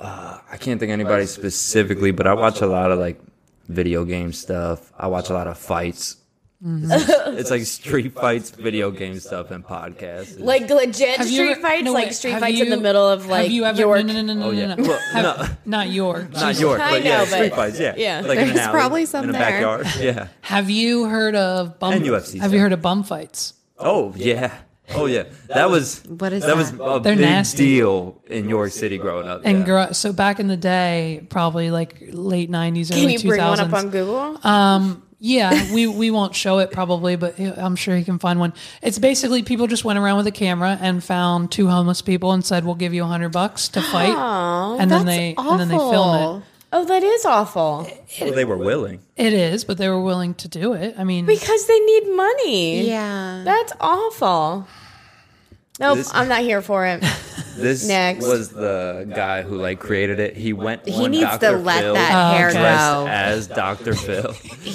Speaker 3: I can't think of anybody specifically, but I watch a lot of like video game stuff. I watch a lot of fights. it's like street fights, video game stuff, and podcasts.
Speaker 1: Like legit
Speaker 2: Have you
Speaker 1: street
Speaker 2: ever-
Speaker 1: fights,
Speaker 2: no,
Speaker 1: like
Speaker 2: wait,
Speaker 1: street
Speaker 2: have
Speaker 1: fights in
Speaker 2: you-
Speaker 1: the middle of like
Speaker 2: have you ever,
Speaker 1: York.
Speaker 2: No, no, no, no, no,
Speaker 3: Oh, yeah.
Speaker 2: no, no.
Speaker 3: Well,
Speaker 2: Have-
Speaker 3: no.
Speaker 2: Not York.
Speaker 3: not York,
Speaker 1: I
Speaker 3: but yeah,
Speaker 1: know,
Speaker 3: street
Speaker 1: but-
Speaker 3: fights. Yeah,
Speaker 1: yeah.
Speaker 3: Like in an
Speaker 6: There's
Speaker 3: alley,
Speaker 6: probably some
Speaker 3: in the
Speaker 6: there.
Speaker 3: backyard. Yeah.
Speaker 2: Have you heard of bum?
Speaker 3: And UFC
Speaker 2: Have you
Speaker 3: stuff.
Speaker 2: heard of bum fights?
Speaker 3: Oh yeah. Oh yeah. That was
Speaker 6: What is
Speaker 3: that was
Speaker 6: that?
Speaker 3: a
Speaker 2: They're
Speaker 3: big
Speaker 2: nasty.
Speaker 3: deal in York City growing up.
Speaker 2: And
Speaker 3: yeah.
Speaker 2: grow, so back in the day, probably like late nineties, early
Speaker 1: Can you bring one up
Speaker 2: 2000s.
Speaker 1: on Google?
Speaker 2: Yeah, we, we won't show it probably, but I'm sure he can find one. It's basically people just went around with a camera and found two homeless people and said, "We'll give you a hundred bucks to fight," and then
Speaker 6: That's
Speaker 2: they
Speaker 6: awful.
Speaker 2: and then they film
Speaker 1: oh, that is awful.
Speaker 3: Well, they were willing.
Speaker 2: it. It is, but they were willing to do it. I mean,
Speaker 1: Because they need money.
Speaker 6: Yeah.
Speaker 1: That's awful. Nope,
Speaker 3: This-
Speaker 1: I'm not here for it.
Speaker 3: This
Speaker 1: Next.
Speaker 3: was the guy who like created it. He went.
Speaker 6: He needs to let
Speaker 3: Phil
Speaker 6: that
Speaker 2: hair
Speaker 3: dressed
Speaker 6: go.
Speaker 3: as Dr. Phil.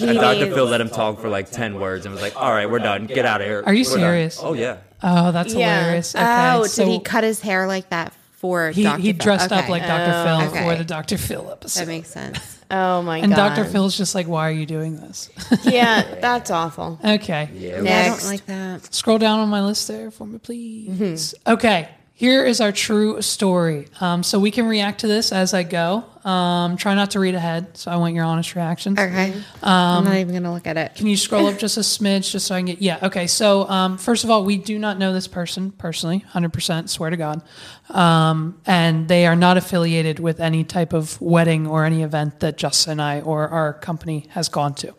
Speaker 3: and Dr. Phil let him talk for like ten words and was like, "All right, we're done. Get out of here."
Speaker 2: Are you
Speaker 3: We're done."
Speaker 2: serious?
Speaker 3: Oh yeah.
Speaker 2: oh, that's
Speaker 1: Yeah.
Speaker 2: hilarious. Okay,
Speaker 6: Oh,
Speaker 2: so
Speaker 6: did he cut his hair like that for
Speaker 2: he,
Speaker 6: Dr.
Speaker 2: he
Speaker 6: Phil?
Speaker 2: dressed up
Speaker 6: Okay. Oh,
Speaker 2: like Dr. Phil
Speaker 6: okay.
Speaker 2: for the Dr. Phil episode,
Speaker 6: That makes sense.
Speaker 1: Oh my
Speaker 2: and
Speaker 1: god.
Speaker 2: Dr. Phil's just like, "Why are you doing this?"
Speaker 1: Yeah, that's awful.
Speaker 2: okay,
Speaker 6: Yeah, I don't
Speaker 1: Next.
Speaker 6: like that.
Speaker 2: scroll down on my list there for me, please. Okay, here is our true story. Um, so we can react to this as I go. Um, try not to read ahead, so I want your honest reactions.
Speaker 6: Okay.
Speaker 2: Um,
Speaker 6: I'm not even going to look at it.
Speaker 2: Can you scroll up just a smidge just so I can get? Yeah, okay. So, um, first of all, we do not know this person personally, 100%, swear to God. Um, and they are not affiliated with any type of wedding or any event that Justin and I or our company has gone to.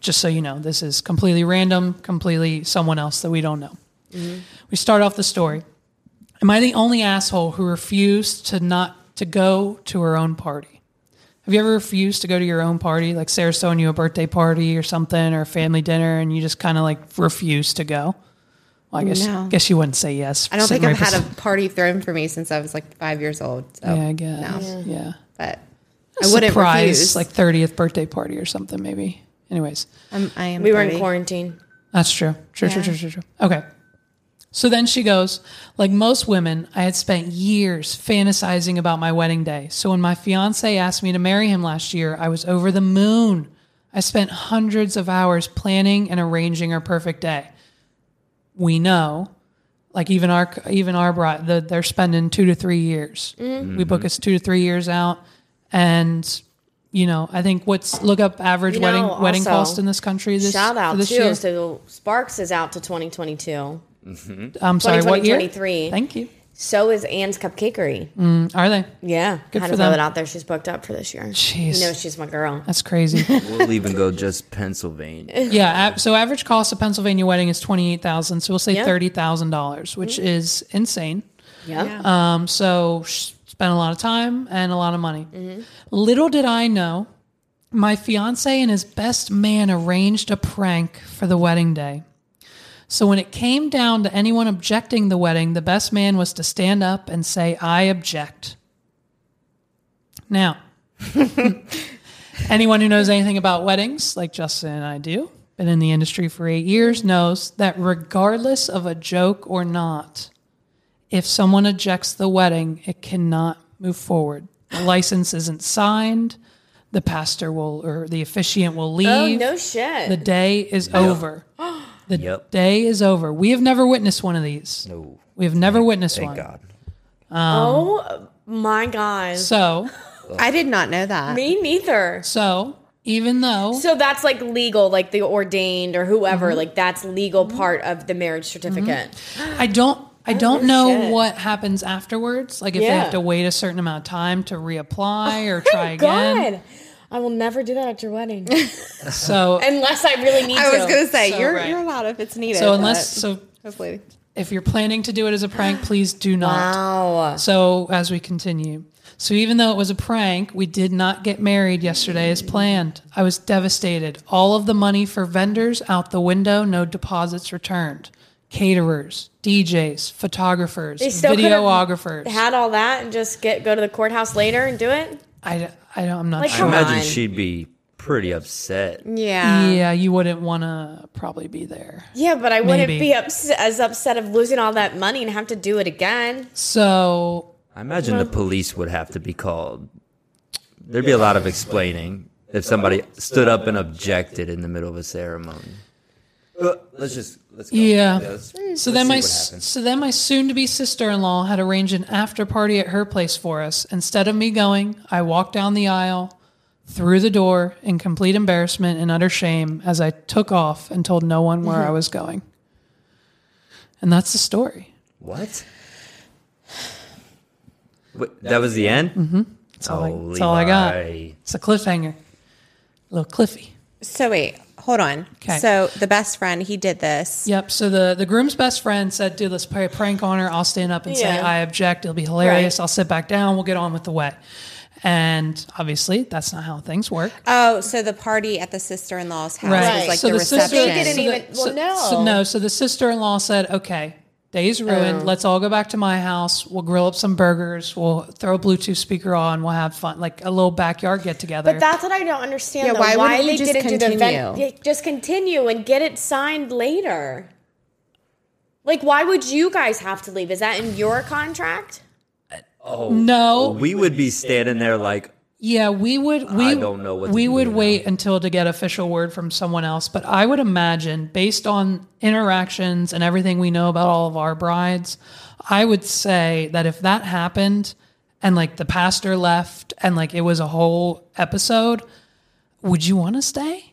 Speaker 2: Just so you know, this is completely random, completely someone else that we don't know.
Speaker 6: Mm-hmm.
Speaker 2: We start off the story. Am I the only asshole who refused to not to go to her own party? Have you ever refused to go to your own party, like Sarah's throwing you a birthday party or something, or a family dinner, and you just kind of like refuse to go? Well, I guess
Speaker 6: No.
Speaker 2: guess you wouldn't say yes.
Speaker 6: I don't think
Speaker 2: sitting
Speaker 6: I've
Speaker 2: right
Speaker 6: had a party thrown for me since I was like five years old. So,
Speaker 2: beside- Yeah, I guess. Yeah,
Speaker 6: But
Speaker 2: A
Speaker 6: I wouldn't
Speaker 2: surprise
Speaker 6: refuse.
Speaker 2: like thirtieth birthday party or something maybe. Anyways,
Speaker 6: I'm, I am
Speaker 1: We were in
Speaker 6: 30.
Speaker 1: quarantine.
Speaker 2: That's true. True, true,
Speaker 9: Yeah.
Speaker 2: true, true, true. Okay. So then she goes, like most women, I had spent years fantasizing about my wedding day. So when my fiance asked me to marry him last year, I was over the moon. I spent hundreds of hours planning and arranging our perfect day. We know, like even our even our bride, the, they're spending two to three years.
Speaker 1: Mm-hmm.
Speaker 2: We book us two to three years out, and you know, I think what's look up average
Speaker 1: You
Speaker 2: wedding
Speaker 1: know,
Speaker 2: wedding
Speaker 1: also,
Speaker 2: cost in this country this
Speaker 1: Shout out
Speaker 2: this
Speaker 1: too.
Speaker 2: year.
Speaker 1: So Sparks is out to 2022.
Speaker 2: I'm sorry, what year?
Speaker 1: 2023.
Speaker 2: Thank you.
Speaker 1: So is Anne's Cupcakery.
Speaker 2: Mm, are they?
Speaker 1: Yeah,
Speaker 2: Good
Speaker 1: had
Speaker 2: for
Speaker 1: to throw
Speaker 2: them.
Speaker 1: it out there. She's booked up for this year.
Speaker 2: Jeez. Uh,
Speaker 1: you know she's my girl.
Speaker 2: That's crazy.
Speaker 3: We'll even go just Pennsylvania.
Speaker 2: yeah. a- So average cost of Pennsylvania wedding is twenty eight thousand. So we'll say
Speaker 1: Yeah. Mm-hmm.
Speaker 2: thirty thousand dollars, which is insane.
Speaker 1: Yeah.
Speaker 2: Um, so sh- spent a lot of time and a lot of money.
Speaker 1: Mm-hmm.
Speaker 2: Little did I know, my fiance and his best man arranged a prank for the wedding day. So when it came down to anyone objecting the wedding, the best man was to stand up and say, "I object." Now, anyone who knows anything about weddings, like Justin and I do, been in the industry for eight years, knows that regardless of a joke or not, if someone ejects the wedding, it cannot move forward. The license isn't signed. The pastor will or the officiant will leave.
Speaker 1: Oh no shit.
Speaker 2: The day is over. The
Speaker 3: Yep.
Speaker 2: day is over. We have never witnessed one of these.
Speaker 3: No.
Speaker 2: We have never witnessed
Speaker 3: Thank
Speaker 2: one.
Speaker 3: God.
Speaker 1: oh my god.
Speaker 2: So,
Speaker 6: I did not know that.
Speaker 1: Me neither.
Speaker 2: so even though
Speaker 1: So that's like legal, like the ordained or whoever.
Speaker 2: Mm-hmm.
Speaker 1: Like that's legal part of the marriage certificate.
Speaker 2: I don't I don't know
Speaker 1: Oh, shit.
Speaker 2: what happens afterwards. Like if they
Speaker 1: Yeah. Oh
Speaker 2: have to wait a certain amount of time to reapply or try again.
Speaker 1: God, I will never do that at your wedding
Speaker 2: So
Speaker 1: unless I really need
Speaker 9: I
Speaker 1: to.
Speaker 9: was gonna say
Speaker 2: So,
Speaker 9: you're
Speaker 2: right.
Speaker 9: you're allowed if it's needed.
Speaker 2: so unless
Speaker 9: but
Speaker 2: so
Speaker 9: hopefully
Speaker 2: if you're planning to do it as a prank, please do not.
Speaker 1: Wow.
Speaker 2: So as we continue. So even though it was a prank, we did not get married yesterday as planned. I was devastated. All of the money for vendors out the window, no deposits returned. Caterers, DJs, photographers,
Speaker 1: They still could've
Speaker 2: videographers.
Speaker 1: Had all that and just get go to the courthouse later and do it.
Speaker 2: I, I don't, I'm not
Speaker 1: Like,
Speaker 2: sure.
Speaker 3: I imagine
Speaker 1: on.
Speaker 3: she'd be pretty upset.
Speaker 9: yeah.
Speaker 2: Yeah, you wouldn't want to probably be there.
Speaker 1: Yeah, but I wouldn't
Speaker 2: Maybe.
Speaker 1: be ups- as upset of losing all that money and have to do it again.
Speaker 2: So
Speaker 3: I imagine the police would have to be called. There'd be a lot of explaining if somebody stood up and objected in the middle of a ceremony. Uh, Let's just let's go.
Speaker 2: Yeah.
Speaker 3: let's-
Speaker 2: So
Speaker 3: let's
Speaker 2: then
Speaker 3: see
Speaker 2: my
Speaker 3: what happens.
Speaker 2: so then my soon-to-be sister-in-law had arranged an after party at her place for us. Instead of me going, I walked down the aisle, through the door in complete embarrassment and utter shame as I took off and told no one where I was going. And that's the story.
Speaker 3: what? Wait, that was the end. Mm-hmm.
Speaker 2: That's all, I, that's all I got. It's a cliffhanger. A little cliffy.
Speaker 9: So wait, hold on.
Speaker 2: 'Kay.
Speaker 9: So the best friend he did this.
Speaker 2: Yep. So the, the groom's best friend said, "Dude, let's play a prank on her. I'll stand up and say
Speaker 1: Yeah.
Speaker 2: I object. It'll be hilarious.
Speaker 1: Right.
Speaker 2: I'll sit back down. We'll get on with the way." And obviously, that's not how things work.
Speaker 9: Oh, so the party at the sister in law's house was like
Speaker 2: so
Speaker 9: the,
Speaker 2: sister-
Speaker 9: reception.
Speaker 1: They didn't
Speaker 2: so the-
Speaker 1: even- well,
Speaker 2: so-
Speaker 1: no.
Speaker 2: so no. So the sister-in-law said, "Okay, day's
Speaker 9: Oh.
Speaker 2: ruined. Let's all go back to my house. We'll grill up some burgers. We'll throw a Bluetooth speaker on. We'll have fun, like a little backyard get together."
Speaker 1: But that's what I don't understand.
Speaker 6: Yeah,
Speaker 1: though.
Speaker 6: why
Speaker 1: why
Speaker 6: wouldn't
Speaker 1: they
Speaker 6: you just
Speaker 1: didn't do the event?
Speaker 6: continue?
Speaker 1: Yeah, Just continue and get it signed later. Like, why would you guys have to leave? Is that in your contract?
Speaker 2: no,
Speaker 3: We would be standing there like,
Speaker 2: Yeah, we would. We
Speaker 3: I don't know what to
Speaker 2: we
Speaker 3: do
Speaker 2: would
Speaker 3: now.
Speaker 2: wait until to get official word from someone else. But I would imagine, based on interactions and everything we know about all of our brides, I would say that if that happened and like the pastor left and like it was a whole episode, would you want to stay?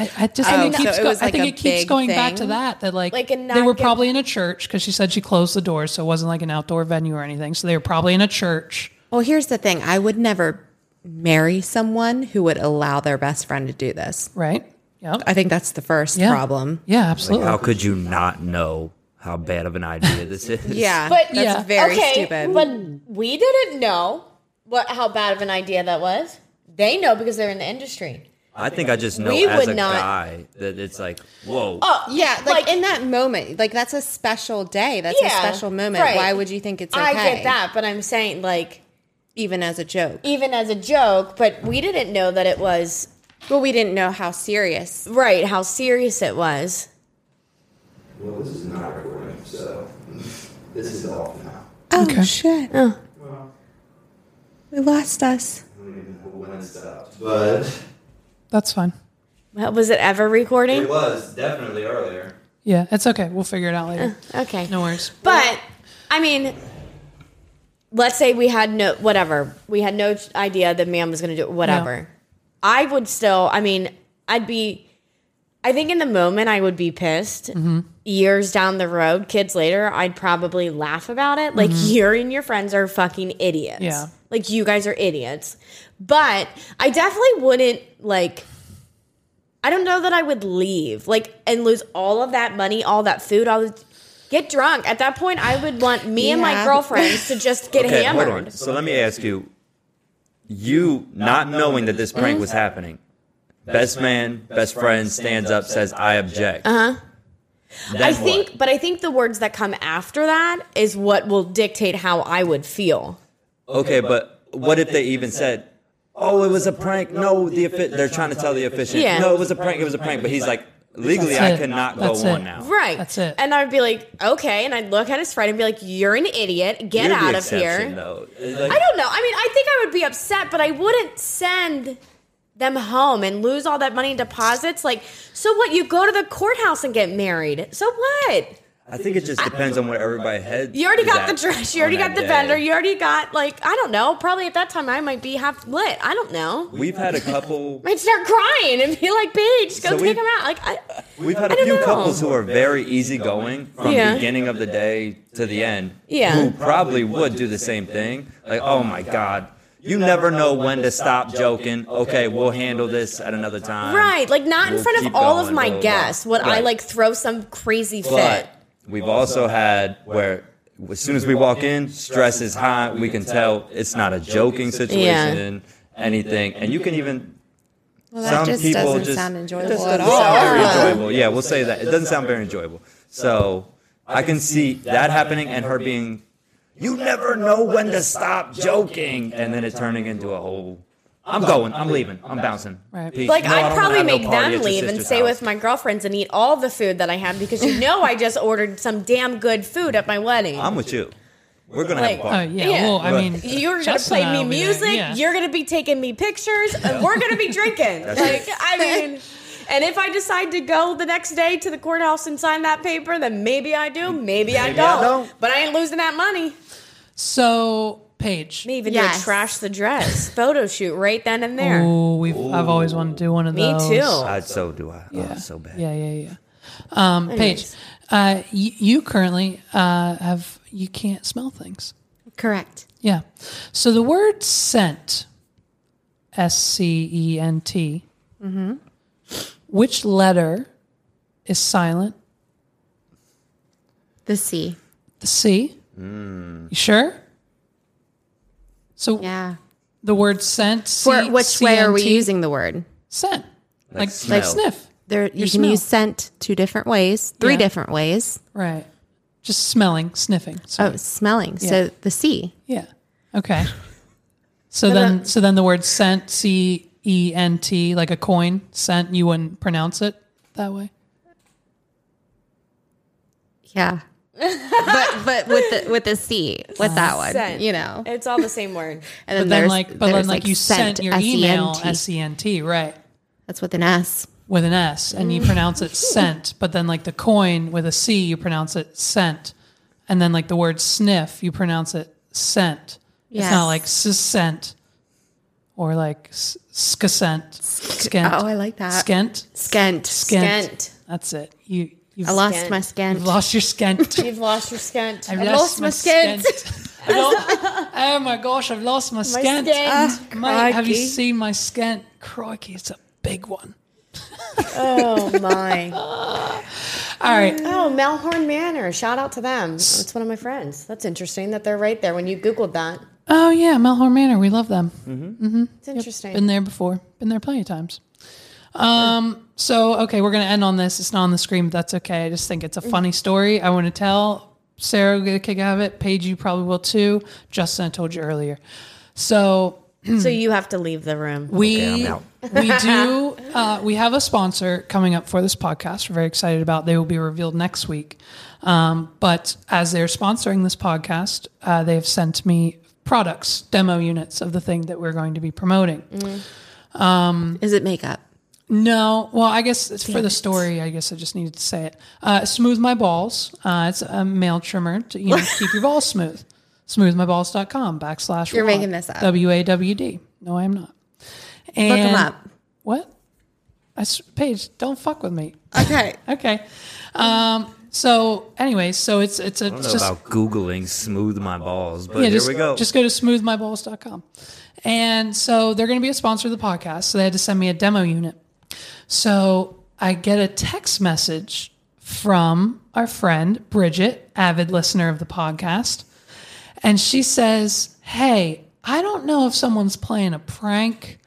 Speaker 2: I, I just
Speaker 9: Oh,
Speaker 2: think it
Speaker 9: so
Speaker 2: keeps.
Speaker 9: it
Speaker 2: go-
Speaker 9: was
Speaker 2: I
Speaker 9: like
Speaker 2: think
Speaker 9: a
Speaker 2: it keeps
Speaker 9: big
Speaker 2: going back to
Speaker 9: thing?
Speaker 2: that. That like,
Speaker 1: Like, and
Speaker 2: they
Speaker 1: not
Speaker 2: were
Speaker 1: get-
Speaker 2: probably in a church because she said she closed the doors, so it wasn't like an outdoor venue or anything. So they were probably in a church.
Speaker 6: Well, here's the thing. I would never marry someone who would allow their best friend to do this.
Speaker 2: Right. Yep.
Speaker 6: I think that's the first
Speaker 2: Yeah.
Speaker 6: problem.
Speaker 2: Yeah, absolutely.
Speaker 3: how could you not know how bad of an idea this is?
Speaker 6: Yeah.
Speaker 1: But-
Speaker 6: that's
Speaker 2: Yeah.
Speaker 6: very
Speaker 1: okay,
Speaker 6: stupid.
Speaker 1: but we didn't know what how bad of an idea that was. They know because they're in the industry.
Speaker 3: I think I just know
Speaker 1: We
Speaker 3: as
Speaker 1: would
Speaker 3: a
Speaker 1: not- Uh,
Speaker 3: guy that it's like, whoa.
Speaker 6: yeah, like,
Speaker 1: Like-
Speaker 6: in that moment, like that's a special day. That's
Speaker 1: Yeah,
Speaker 6: a special moment.
Speaker 1: right.
Speaker 6: Why would you think it's okay?
Speaker 1: I get that, but I'm saying like
Speaker 6: Even as a joke.
Speaker 1: even as a joke, but we didn't know that it was
Speaker 9: Well, we didn't know how serious.
Speaker 1: Right, how serious it was.
Speaker 10: Well, this is not recording, so this is off now.
Speaker 9: Oh shit!
Speaker 1: Oh.
Speaker 9: We lost us.
Speaker 10: I don't even know when it stopped, but
Speaker 2: That's fine.
Speaker 1: Well, was it ever recording?
Speaker 10: it was definitely earlier.
Speaker 2: Yeah, it's okay. We'll figure it out later.
Speaker 1: Okay.
Speaker 2: No worries.
Speaker 1: But I mean, let's say we had no whatever. We had no idea that man was going to do whatever. I would still. I mean, I'd be. I think in the moment I would be pissed. Years down the road, kids later, I'd probably laugh about it. Like
Speaker 2: Mhm.
Speaker 1: you and your friends are fucking idiots.
Speaker 2: Yeah.
Speaker 1: Like you guys are idiots. But I definitely wouldn't like I don't know that I would leave, like, and lose all of that money, all that food, all the get drunk. At that point, I would want me and my
Speaker 9: Yeah.
Speaker 1: girlfriends to just get
Speaker 3: okay,
Speaker 1: hammered.
Speaker 3: hold on. So let me ask you: You not knowing that this
Speaker 1: Mm-hmm.
Speaker 3: prank was happening, best man, best friend stands up, says, "I object."
Speaker 1: Uh huh.
Speaker 3: Then
Speaker 1: I
Speaker 3: what?
Speaker 1: think, but I think the words that come after that is what will dictate how I would feel.
Speaker 3: Okay, but what if they even said, "Oh, it was a prank"? No, the offi- they're trying to tell the officiant,
Speaker 1: Yeah.
Speaker 3: "No, it was a prank. It was a prank." But he's like, "Legally,
Speaker 2: That's
Speaker 3: I
Speaker 2: it.
Speaker 3: cannot go
Speaker 2: That's
Speaker 3: on
Speaker 2: it.
Speaker 3: now."
Speaker 1: Right. That's it. And I'd be like, okay. And I'd look at his friend and be like, you're an idiot. Get
Speaker 3: You're the
Speaker 1: out of
Speaker 3: exception,
Speaker 1: here.
Speaker 3: though.
Speaker 1: I don't know. I mean, I think I would be upset, but I wouldn't send them home and lose all that money in deposits. Like, so what? You go to the courthouse and get married. So what?
Speaker 3: I think it just depends on where everybody heads.
Speaker 1: You already
Speaker 3: is
Speaker 1: got the
Speaker 3: at
Speaker 1: dress. You
Speaker 3: on
Speaker 1: already
Speaker 3: that
Speaker 1: got the
Speaker 3: day.
Speaker 1: vendor. You already got like I don't know. Probably at that time I might be half lit. I don't know.
Speaker 3: We've had a couple.
Speaker 1: Might start crying and be like, "Paige, go
Speaker 3: So
Speaker 1: take
Speaker 3: we've-
Speaker 1: him out." Like I,
Speaker 3: We've had a
Speaker 1: don't
Speaker 3: few
Speaker 1: know.
Speaker 3: couples who are very easygoing from
Speaker 1: Yeah.
Speaker 3: the beginning of the day to the end.
Speaker 1: Yeah.
Speaker 3: Who probably would do the same thing. Like, oh my God. You never know when to stop joking. Okay, we'll handle this at another time.
Speaker 1: right, like not in
Speaker 3: Um, We'll
Speaker 1: front of
Speaker 3: keep
Speaker 1: all of
Speaker 3: going,
Speaker 1: my
Speaker 3: blah, blah, blah.
Speaker 1: guests would I
Speaker 3: Right.
Speaker 1: like throw some crazy fit.
Speaker 3: But we've also had where as soon as we walk in, stress is high. We can tell it's not a joking situation, anything. And you can even
Speaker 9: Well, that just doesn't sound enjoyable at
Speaker 3: doesn't sound
Speaker 9: all.
Speaker 3: very
Speaker 9: Yeah.
Speaker 3: enjoyable. Yeah, we'll say that. It doesn't sound very enjoyable. So I can see that happening and her being, you never know when to stop joking, and then it turning into a whole. I'm going. I'm leaving. I'm bouncing.
Speaker 2: Right.
Speaker 3: Peace.
Speaker 1: Like
Speaker 3: No, I
Speaker 1: I'd
Speaker 3: don't
Speaker 1: probably
Speaker 3: wanna have
Speaker 1: make
Speaker 3: no party at
Speaker 1: them
Speaker 3: your
Speaker 1: leave and
Speaker 3: sister's
Speaker 1: stay
Speaker 3: house.
Speaker 1: with my girlfriends and eat all the food that I had because you know I just ordered some damn good food at my wedding.
Speaker 3: I'm with you. We're gonna
Speaker 1: Like,
Speaker 3: have a party.
Speaker 2: Oh, yeah, well, I mean,
Speaker 1: you're gonna
Speaker 2: Justin
Speaker 1: play
Speaker 2: and I
Speaker 1: me
Speaker 2: will be there,
Speaker 1: music.
Speaker 2: yeah.
Speaker 1: You're gonna be taking me pictures, and we're gonna be drinking.
Speaker 3: That's
Speaker 1: like I mean, and if I decide to go the next day to the courthouse and sign that paper, then maybe I do, maybe, I,
Speaker 3: Maybe
Speaker 1: don't.
Speaker 3: I don't.
Speaker 1: But I ain't losing that money.
Speaker 2: So, Paige.
Speaker 1: Me even do
Speaker 6: Yes.
Speaker 1: a trash the dress photo shoot right then and there.
Speaker 2: Oh, we've. I've always wanted to do one of
Speaker 1: Me
Speaker 2: those.
Speaker 1: too.
Speaker 3: I so do I. Oh,
Speaker 2: Yeah.
Speaker 3: so bad.
Speaker 2: Yeah, yeah, yeah. Um, Paige,
Speaker 1: Anyways.
Speaker 2: uh, you, you currently uh, have you can't smell things.
Speaker 6: Correct.
Speaker 2: Yeah. So the word scent, S C E N T,
Speaker 1: Mm-hmm.
Speaker 2: which letter is silent?
Speaker 6: The C.
Speaker 2: The C. You sure? So
Speaker 6: Yeah.
Speaker 2: the word scent.
Speaker 6: For
Speaker 2: C-
Speaker 6: which way are we
Speaker 2: C-N-T?
Speaker 6: using the word?
Speaker 2: scent? Like, like,
Speaker 3: smell.
Speaker 2: sniff.
Speaker 6: There, you can
Speaker 2: smell.
Speaker 6: use scent two different ways, three
Speaker 2: Yeah.
Speaker 6: different ways.
Speaker 2: Right. Just smelling, sniffing.
Speaker 6: Oh,
Speaker 2: Sorry.
Speaker 6: smelling. So the C.
Speaker 2: Yeah. Okay. So
Speaker 6: uh,
Speaker 2: then, so then the word cent, C E N T, like a coin, cent. You wouldn't pronounce it that way.
Speaker 6: Yeah. but but with the with the C with that one,
Speaker 1: Scent.
Speaker 6: you know.
Speaker 1: It's all the same word.
Speaker 2: But
Speaker 6: And there's-
Speaker 2: then, like, but
Speaker 6: there's,
Speaker 2: then, like, you sent your email,
Speaker 6: S-E-N-T.
Speaker 2: S E N T, right,
Speaker 6: That's with an S.
Speaker 2: with an S, and you pronounce
Speaker 6: Mm.
Speaker 2: it cent. But then, like the coin with a C, you pronounce it cent, and then like the word sniff, you pronounce it scent. It's
Speaker 6: Yes.
Speaker 2: not like scent or like s- skent. Skent.
Speaker 6: Oh, I like that.
Speaker 2: Skent.
Speaker 6: Skent.
Speaker 2: Skent.
Speaker 1: Skent.
Speaker 2: That's it. You. You've
Speaker 6: I lost
Speaker 1: Skent.
Speaker 6: my
Speaker 2: You've
Speaker 6: skent.
Speaker 2: lost your skent.
Speaker 1: You've lost your skint.
Speaker 2: I've
Speaker 6: I've lost my skint.
Speaker 2: I've lo- oh my gosh, I've lost my skint.
Speaker 1: skint. Ah,
Speaker 2: Mate, have you
Speaker 1: crikey.
Speaker 2: seen my skint? Crikey, it's a big one.
Speaker 1: Oh my!
Speaker 2: All right.
Speaker 1: Oh, Melhorn Manor. Shout out to them. It's one of my friends. That's interesting that they're right there. When you googled that,
Speaker 2: Oh yeah, Melhorn Manor. We love them.
Speaker 1: it's interesting.
Speaker 2: Been there before. Been there plenty of times. Um. So okay, we're gonna end on this. It's not on the screen, but that's okay. I just think it's a funny story. I want to tell. Sarah will get a kick out of it. Paige, you probably will too. Justin, I told you earlier. So
Speaker 1: so you have to leave the room.
Speaker 2: We we do uh, we have a sponsor coming up for this podcast. We're very excited about. They will be revealed next week. Um, but as they're sponsoring this podcast, uh, they have sent me products, demo units of the thing that we're going to be promoting.
Speaker 6: Mm.
Speaker 2: Um,
Speaker 6: Is it makeup?
Speaker 2: No. Well, I guess it's for
Speaker 6: Damn
Speaker 2: the
Speaker 6: it.
Speaker 2: story. I guess I just needed to say it. Uh, smooth my balls. Uh, it's a male trimmer to you know keep your balls smooth. Smoothmyballs.com backslash.
Speaker 6: You're
Speaker 2: wad.
Speaker 6: making this up.
Speaker 2: W a w d. No, I am not. And
Speaker 6: Look 'em up.
Speaker 2: What? I s- Paige, don't fuck with me.
Speaker 6: Okay.
Speaker 2: okay. Um. So, anyways, so it's it's a
Speaker 3: I don't know
Speaker 2: just
Speaker 3: about Googling smooth my balls, but
Speaker 2: yeah,
Speaker 3: here
Speaker 2: just,
Speaker 3: we go.
Speaker 2: Just go to smoothmyballs.com. And so they're going to be a sponsor of the podcast. So they had to send me a demo unit. So I get a text message from our friend, Bridget, avid listener of the podcast. And she says, Hey, I don't know if someone's playing a prank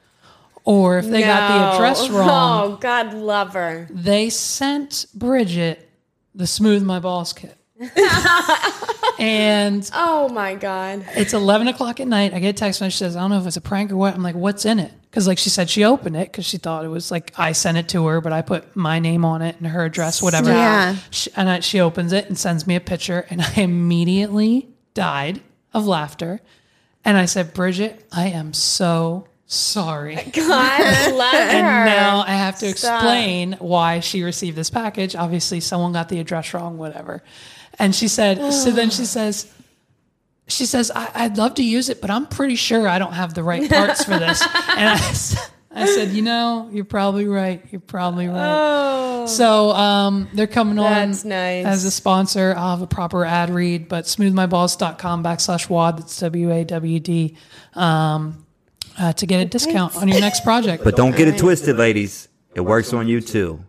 Speaker 2: or if they got the address
Speaker 1: No.
Speaker 2: wrong.
Speaker 1: Oh, God, love her.
Speaker 2: They sent Bridget the Smooth My Balls kit. and
Speaker 1: Oh my God.
Speaker 2: it's 11 o'clock at night. I get a text message. She says, I don't know if it's a prank or what. I'm like, what's in it? Because, like, she said she opened it because she thought it was like I sent it to her, but I put my name on it and her address, whatever.
Speaker 6: Yeah.
Speaker 2: She, and I, she opens it and sends me a picture. And I immediately died of laughter. And I said, Bridget, I am so sorry.
Speaker 1: God, love her.
Speaker 2: And now I have to
Speaker 1: Stop.
Speaker 2: explain why she received this package. Obviously, someone got the address wrong, whatever. And she said, so then she says, she says, I, I'd love to use it, but I'm pretty sure I don't have the right parts for this. and I, s- I said, you know, you're probably right. You're probably right. So um, they're coming
Speaker 1: Oh. That's
Speaker 2: on
Speaker 1: nice.
Speaker 2: as a sponsor. I'll have a proper ad read, but smoothmyballs.com backslash WAD, that's W A W D, um, uh, to get a discount on your next project.
Speaker 3: But don't get it twisted, ladies. It works on you too.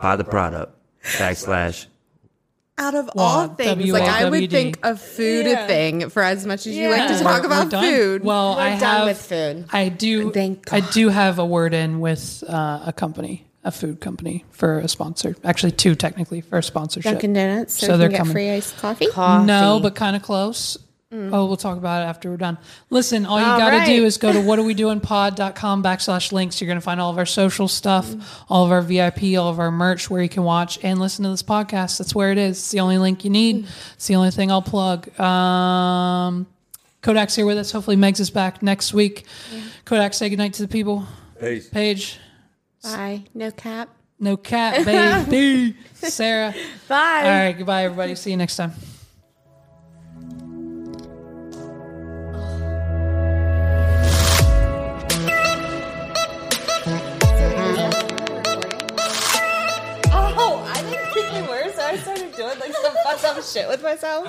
Speaker 3: Buy the product. Backslash.
Speaker 6: Out of all
Speaker 2: Wad,
Speaker 6: things, like I would
Speaker 2: WAWD.
Speaker 6: think of food
Speaker 1: Yeah.
Speaker 6: a thing for as much as you like
Speaker 2: Yeah.
Speaker 6: to talk
Speaker 2: We're- we're
Speaker 6: about
Speaker 2: done.
Speaker 6: food.
Speaker 2: Well,
Speaker 1: We're
Speaker 2: I
Speaker 1: done
Speaker 2: have
Speaker 1: with food.
Speaker 2: I do.
Speaker 6: Thank
Speaker 2: I do have a word in with uh, a company, a food company for a sponsor. Actually, two technically for a sponsorship.
Speaker 6: Dunkin' Donuts, so,
Speaker 2: So
Speaker 6: you
Speaker 2: they're
Speaker 6: can get
Speaker 2: coming.
Speaker 6: free iced coffee.
Speaker 2: No, but kind of close. Oh, we'll talk about it after we're done. Listen, all you
Speaker 1: All
Speaker 2: got to
Speaker 1: right.
Speaker 2: do is go to whatdowedoingpod.com backslash links. You're going to find all of our social stuff, all of our VIP, all of our merch where you can watch and listen to this podcast. That's where it is. It's the only link you need. It's the only thing I'll plug. Um, Kodak's here with us. Hopefully, Megs is back next week. Kodak, say goodnight to the people.
Speaker 3: Peace.
Speaker 2: Paige,
Speaker 6: Bye. No cap.
Speaker 2: no cat, baby. Sarah.
Speaker 1: Bye.
Speaker 2: All right, goodbye, everybody. See you next time.
Speaker 9: Oh, I didn't think you were, so I started doing like some fucked up shit with myself.